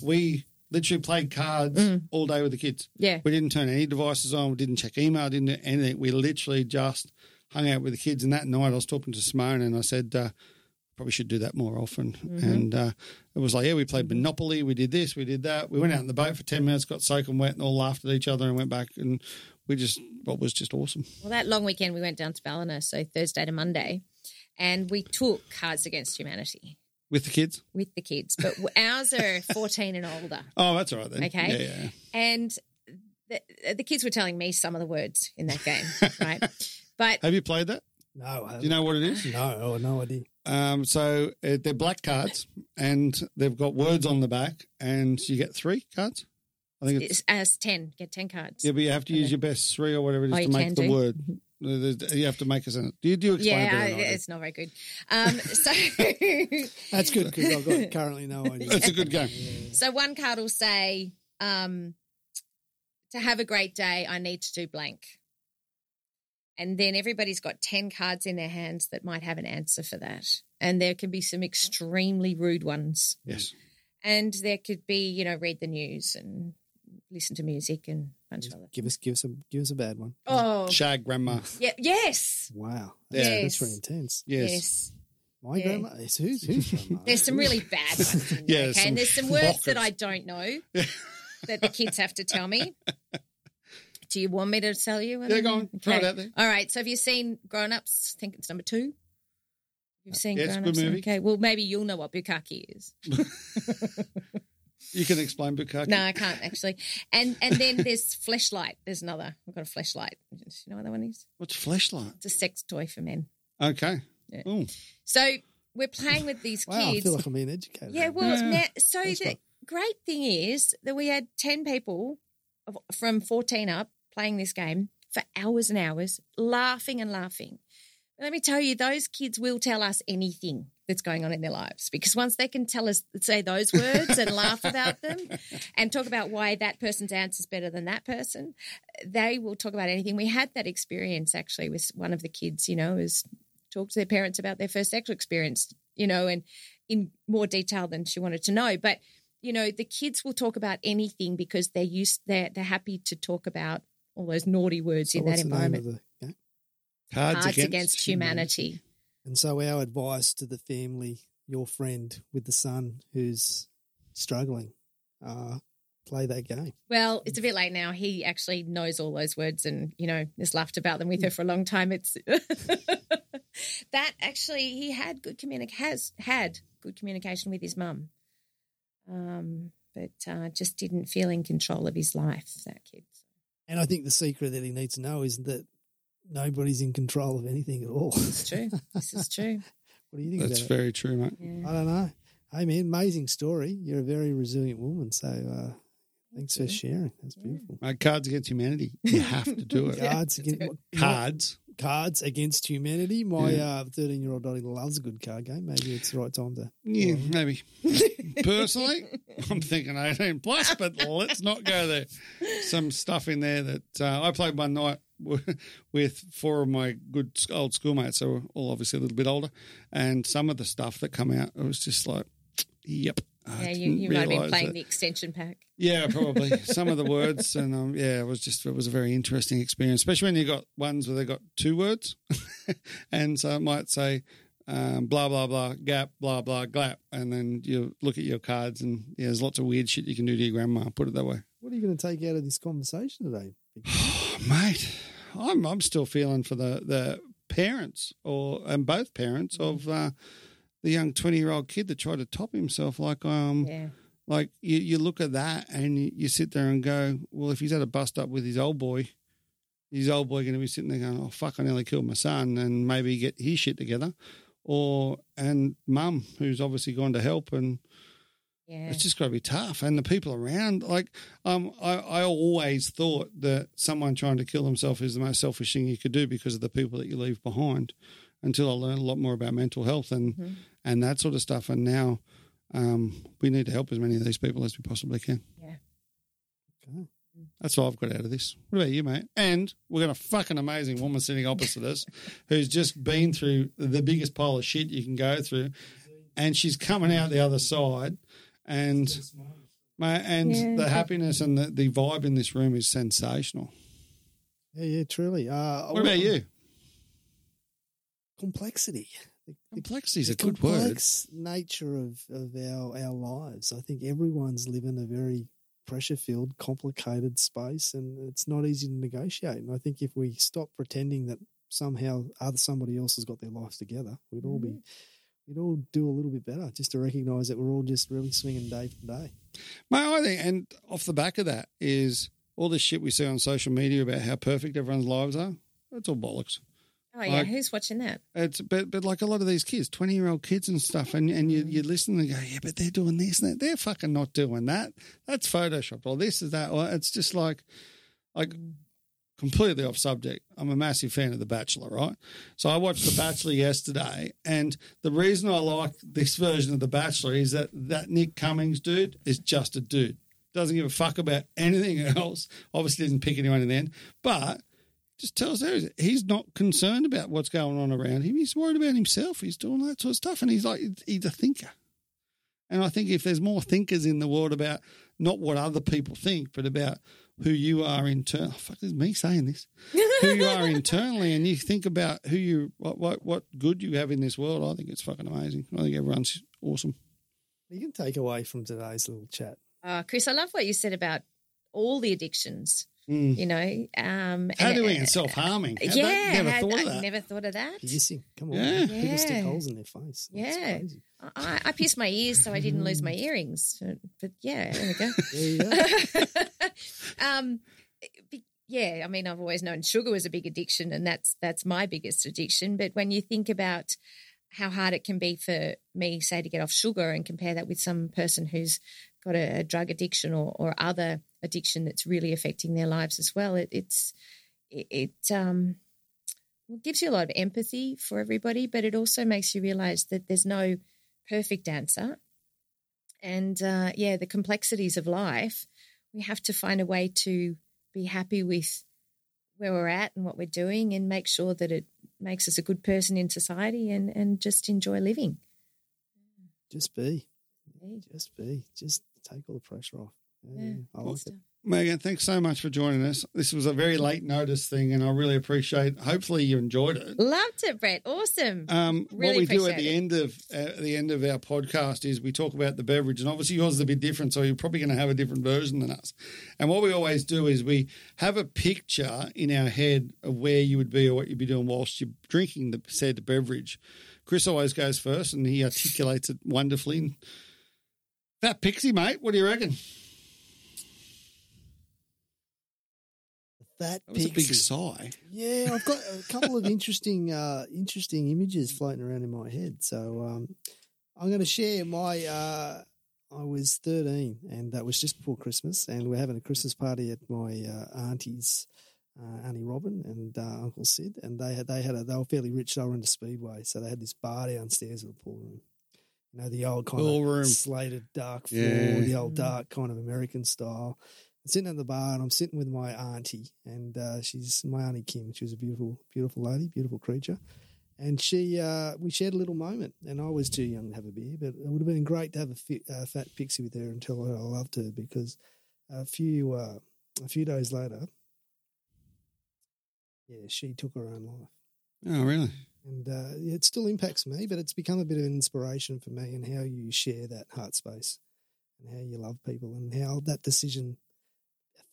C: we literally played cards all day with the kids.
F: Mm. Yeah.
C: we didn't turn any devices on. We didn't check email. Didn't do anything. We literally just hung out with the kids. And that night, I was talking to Simone, and I said. Uh, Probably should do that more often.
F: Mm-hmm.
C: And uh, it was like, yeah, we played Monopoly, we did this, we did that. We went out in the boat for 10 minutes, got soaking wet, and all laughed at each other and went back. And we just, what was just awesome.
F: Well, that long weekend we went down to Ballina, so Thursday to Monday, and we took Cards Against Humanity
C: With the kids?
F: with the kids, but ours are 14 and older.
C: Oh, that's all right then.
F: Okay.
C: Yeah, yeah.
F: And the, the kids were telling me some of the words in that game, right? But
C: Have you played that?
E: No, I
C: Do you know what it is?
E: no, oh, no idea.
C: Um, so uh, they're black cards and they've got words on the back, and you get three cards. I think it's.
F: it's as 10, get 10 cards.
C: Yeah, but you have to use your best three or whatever it is
F: Oh,
C: to
F: you
C: make
F: can
C: the
F: do. Mm-hmm.
C: word. You have to make a sentence. Do you, do you explain
F: Yeah,
C: it better
F: I-
C: than I do?
F: it's not very good. Um, so,
E: That's good because I've got currently no idea.
C: It's a good game.
F: so one card will say, um, "To have a great day, I need to do blank," and then everybody's got ten cards in their hands that might have an answer for that, and there can be some extremely rude ones.
C: Yes.
F: and there could be you know read the news and listen to music and a bunch of other
E: give us, give us a, give us a bad one.
F: oh
C: Shag grandma.
F: yeah yes
E: Wow,
C: Yeah.
E: that's
F: yes
E: pretty intense.
F: yes,
C: yes.
E: My
F: Yeah.
E: grandma, it's who's who's grandma?
F: there's some really bad ones in there,
C: Yeah,
F: okay?
C: some
F: and there's some words
C: shockers.
F: that I don't know that the kids have to tell me do you want me to tell you
C: Yeah, go on. Throw it out there.
F: all right so have you seen Grown Ups I think it's number two you've seen
C: Yes,
F: Grown
C: good
F: Ups
C: movie.
F: okay well maybe you'll know what bukkake is
C: You can explain Bukaki.
F: No, I can't actually. And and then there's fleshlight. There's another. I've got a fleshlight. Do you know what that one is?
C: What's flashlight?
F: It's a sex toy for men.
C: Okay.
F: Yeah.
C: Ooh.
F: So we're playing with these
E: wow, I
F: kids.
E: feel like I'm being educated.
F: yeah, well,
C: Yeah.
F: Now, so
E: That's
F: the
E: right.
F: great thing is that we had 10 people of- from 14 up playing this game for hours and hours, laughing and laughing. Let me tell you, those kids will tell us anything. that's going on in their lives. Because once they can tell us, say those words and laugh about them and talk about why that person's answer is better than that person, they will talk about anything. We had that experience actually with one of the kids, you know, is talk to their parents about their first sexual experience, you know, and in more detail than she wanted to know. But, you know, the kids will talk about anything because they're used, they're, they're happy to talk about all those naughty words
E: So
F: in that
E: what's the name
F: environment.
E: of the game?
C: Cards,
F: Cards against, humanity.
E: And so, our advice to the family, your friend with the son who's struggling, uh, play that game.
F: Well, it's a bit late now. He actually knows all those words and, you know, has laughed about them with
C: Mm.
F: her for a long time. It's that actually he had good communic has had good communication with his mum. Um, but uh, just didn't feel in control of his life, that kid.
E: And I think the secret that he needs to know is that nobody's in control of anything at all.
F: It's true. This is true.
E: What do you think?
C: That's
E: about
C: very true, mate.
E: It?
F: Yeah.
E: I don't know. Hey, man, amazing story. You're a very resilient woman. So, uh, thanks for sharing. That's beautiful.
C: Mate, Cards Against Humanity. You have to do it.
F: Yeah.
E: Cards
F: that's
E: against
C: Cards.
E: cards against humanity. My
C: Yeah.
E: uh, 13 year old daughter loves a good card game. Maybe it's the right time to.
C: Yeah,
F: Mm-hmm.
C: maybe. Personally, I'm thinking 18 plus, but let's not go there. Some stuff in there that uh, I played one night w- with four of my good s- old schoolmates. So we're all obviously a little bit older, and some of the stuff that come out, it was just like, yep. I
F: Yeah, you,
C: didn't
F: you might have been
C: realise
F: playing
C: that.
F: the extension pack.
C: Yeah, probably some of the words, and um, yeah, it was just it was a very interesting experience, especially when you got ones where they got two words, and so it might say um, blah blah blah gap blah blah glap, and then you look at your cards, and yeah, there's lots of weird shit you can do to your grandma. Put it that way,
E: What are you going to take out of this conversation today?
C: mate. I'm I'm still feeling for the the parents or and both parents of uh, the young twenty year old kid that tried to top himself like um
F: Yeah.
C: like you, you look at that and you, you sit there and go, well, if he's had a bust up with his old boy, his old boy going to be sitting there going, oh fuck, I nearly killed my son, and maybe get his shit together, or and mum who's obviously gone to help, and
F: Yeah.
C: it's just got to be tough, and the people around, like, um, I I always thought that someone trying to kill themselves is the most selfish thing you could do because of the people that you leave behind, until I learned a lot more about mental health and
F: Mhm.
C: and that sort of stuff, and now. Um, we need to help as many of these people as we possibly can.
E: Okay.
C: That's all I've got out of this. What about you, mate? And we've got a fucking amazing woman sitting opposite us who's just been through the biggest pile of shit you can go through. And she's coming out the other side. And mate, and
F: Yeah.
C: the happiness and the, the vibe in this room is sensational.
E: Yeah, yeah, truly. Uh,
C: What about you?
E: Complexity.
C: Complexity is
E: The
C: a good word.
E: complex nature of, of our, our lives. I think everyone's living a very pressure filled, complicated space, and it's not easy to negotiate. And I think if we stop pretending that somehow other somebody else has got their lives together, we'd all
C: Mm-hmm.
E: be. We'd all do a little bit better just to recognise that we're all just really swinging day to day.
C: Mate, I think, and off the back of that is all the shit we see on social media about how perfect everyone's lives are. That's all bollocks.
F: Oh, yeah.
C: Like-
F: Who's watching that?
C: It's but but like a lot of these kids, twenty year old kids and stuff, and, and you you listen and go, yeah, but they're doing this and that. They're fucking not doing that. That's photoshopped or this is that. Or it's just like like completely off subject. I'm a massive fan of The Bachelor, right? So I watched The Bachelor yesterday, and the reason I like this version of The Bachelor is that that Nick Cummings dude is just a dude. Doesn't give a fuck about anything else. Obviously, didn't pick anyone in the end, but just tells us he's not concerned about what's going on around him. He's worried about himself. He's doing that sort of stuff, and he's like he's a thinker. And I think if there's more thinkers in the world about not what other people think, but about who you are internal. Fuck, this is me saying this. who you are internally, and you think about who you what, what what good you have in this world. I think it's fucking amazing. I think everyone's awesome.
E: You can take away from today's little chat.
F: Uh, Chris, I love what you said about all the addictions,
C: Mm.
F: you know. Um,
C: Tattooing and self harming.
F: Yeah,
C: never
F: had-
C: thought of
F: I
C: that.
F: never thought of that.
E: Piercing, come on,
C: Yeah.
E: people
F: Yeah.
E: stick holes in their face. That's
F: Yeah.
E: crazy.
F: I, I pierced my ears so I didn't lose my earrings. But yeah, there we go.
E: There you go.
F: um, be- yeah, I mean, I've always known sugar was a big addiction, and that's that's my biggest addiction. But when you think about how hard it can be for me, say, to get off sugar, and compare that with some person who's got a, a drug addiction or, or other addiction that's really affecting their lives as well, it, it's it, it um, well, it gives you a lot of empathy for everybody, but it also makes you realize that there's no perfect answer. And uh, yeah, the complexities of life, we have to find a way to be happy with where we're at and what we're doing and make sure that it makes us a good person in society and, and just enjoy living.
E: Just be.
F: Hey,
E: Just be. Just take all the pressure off. Yeah,
F: Yeah.
E: I
F: good
E: like it.
F: stuff.
C: Megan, thanks so much for joining us. This was a very late notice thing, and I really appreciate. Hopefully, you enjoyed it.
F: Loved it, Brett. Awesome.
C: Um, what
F: Really
C: we do at
F: appreciate
C: the
F: it.
C: end of at the end of our podcast is we talk about the beverage, and obviously yours is a bit different, so you're probably going to have a different version than us. And what we always do is we have a picture in our head of where you would be or what you'd be doing whilst you're drinking the said beverage. Chris always goes first, and he articulates it wonderfully. That pixie, mate. What do you reckon?
E: That
C: That was a big
E: pixie.
C: sigh.
E: Yeah, I've got a couple of interesting, uh, interesting images floating around in my head. So um, I'm going to share my. Uh, I was 13, and that was just before Christmas, and we're having a Christmas party at my uh, auntie's, uh, Auntie Robin and uh, Uncle Sid, and they had they had a, they were fairly rich. They were into Speedway, so they had this bar downstairs with a pool room. You know the old kind
C: Ballroom.
E: of slated dark floor,
C: Yeah.
E: the old
F: Mm.
E: dark kind of American style. I'm sitting at the bar and I'm sitting with my auntie, and uh, she's my auntie Kim. She was a beautiful, beautiful lady, beautiful creature, and she uh, we shared a little moment. And I was too young to have a beer, but it would have been great to have a fi- uh, fat pixie with her and tell her I loved her because a few uh, a few days later, yeah, she took her own life
C: Oh, really?
E: and uh, it still impacts me, but it's become a bit of an inspiration for me and how you share that heart space and how you love people and how that decision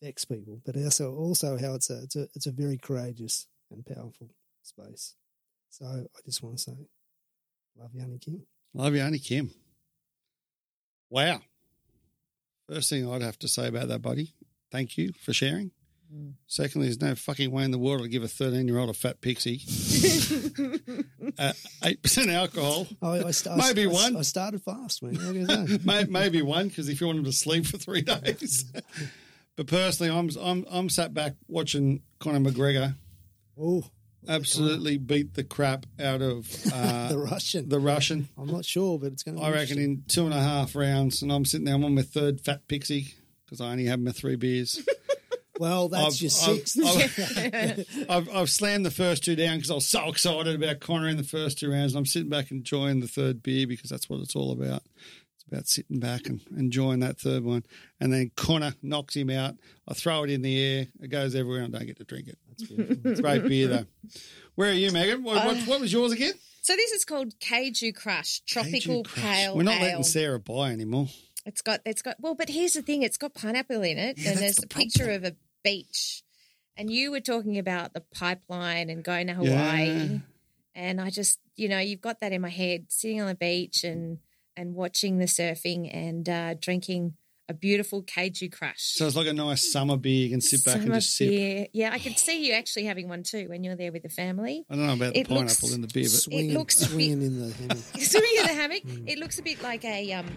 E: affects people, but also also how it's a it's a it's a very courageous and powerful space. So I just want to say, love you, honey Kim.
C: Love you, Auntie Kim. Wow. First thing I'd have to say about that, buddy, thank you for sharing.
F: Mm.
C: Secondly, there's no fucking way in the world I'd give a 13 year old a fat pixie. uh, 8% alcohol.
E: I, I sta-
C: Maybe
E: I,
C: one.
E: I started fast, man. How goes that?
C: May- Maybe one, because if you want him to sleep for three days. but personally, I'm, I'm, I'm sat back watching Conor McGregor
E: Oh,
C: absolutely beat the crap out of uh,
E: the Russian.
C: the Russian.
E: I'm not sure, but it's going to.
C: I reckon in two and a half rounds, and I'm sitting there, I'm on my third fat pixie because I only had my three beers.
E: Well, that's
C: I've-
E: your
C: I've-
E: 6
C: I've, I've, I've slammed the first two down because I was so excited about Connor in the first two rounds. And I'm sitting back enjoying the third beer because that's what it's all about. It's about sitting back and enjoying that third one. And then Connor knocks him out. I throw it in the air. It goes everywhere. and I don't get to drink it. It's great beer, though. Where are you, Megan? What,
E: Uh,
C: what, what was yours again?
F: so this is called Keiju Crush, tropical
C: Agent Crush.
F: pale
C: We're not
F: ale.
C: letting Sarah buy anymore.
F: It's got it's got well, but here's the thing: it's got pineapple in it,
C: Yeah, that's
F: and there's
C: the
F: a picture of a beach. And you were talking about the pipeline and going to Hawaii,
C: Yeah.
F: and I just you know you've got that in my head, sitting on the beach and and watching the surfing and uh, drinking a beautiful Keiju Crush.
C: So it's like a nice summer beer. You can sit back and
F: Summer
C: just sip.
F: beer. Yeah, I could see you actually having one too when you're there with the family.
C: I don't know about the
F: It
C: pineapple
F: looks-
C: and the beer, but
E: swinging,
F: looks-
E: swinging in the hammock.
F: Swimming in the hammock,
C: Hmm.
F: it looks a bit like a um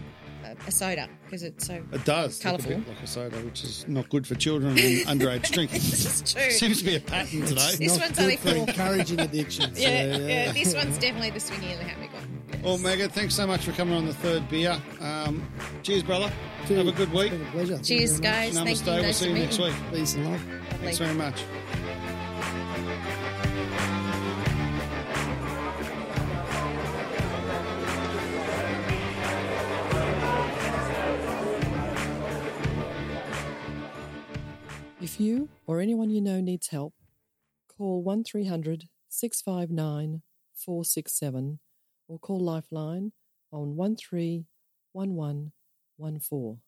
F: a, a soda because it's so.
C: It does. look a
F: Colourful.
C: bit like a soda, which is not good for children and underage drinking.
F: this is true.
C: Seems to be a pattern today.
F: This
E: Not
F: one's
E: good
F: only
E: for
F: cool.
E: encouraging addiction. so,
F: yeah, yeah, this one's definitely the swinging in the hammock one. Yes.
C: Well, Megan, thanks so much for coming on the third beer. Um, cheers, brother. Have a good week.
E: It's been a pleasure. Thank you
F: Cheers,
E: very much.
F: guys. Thank
C: Namaste.
F: you.
C: We'll
F: Nice
C: see
F: to
C: you
F: meet
C: next
F: you.
C: week.
E: Peace and love.
C: Thanks
F: Lovely.
C: very much.
B: If you or anyone you know needs help, call 1300 659 467 or call Lifeline on 131114.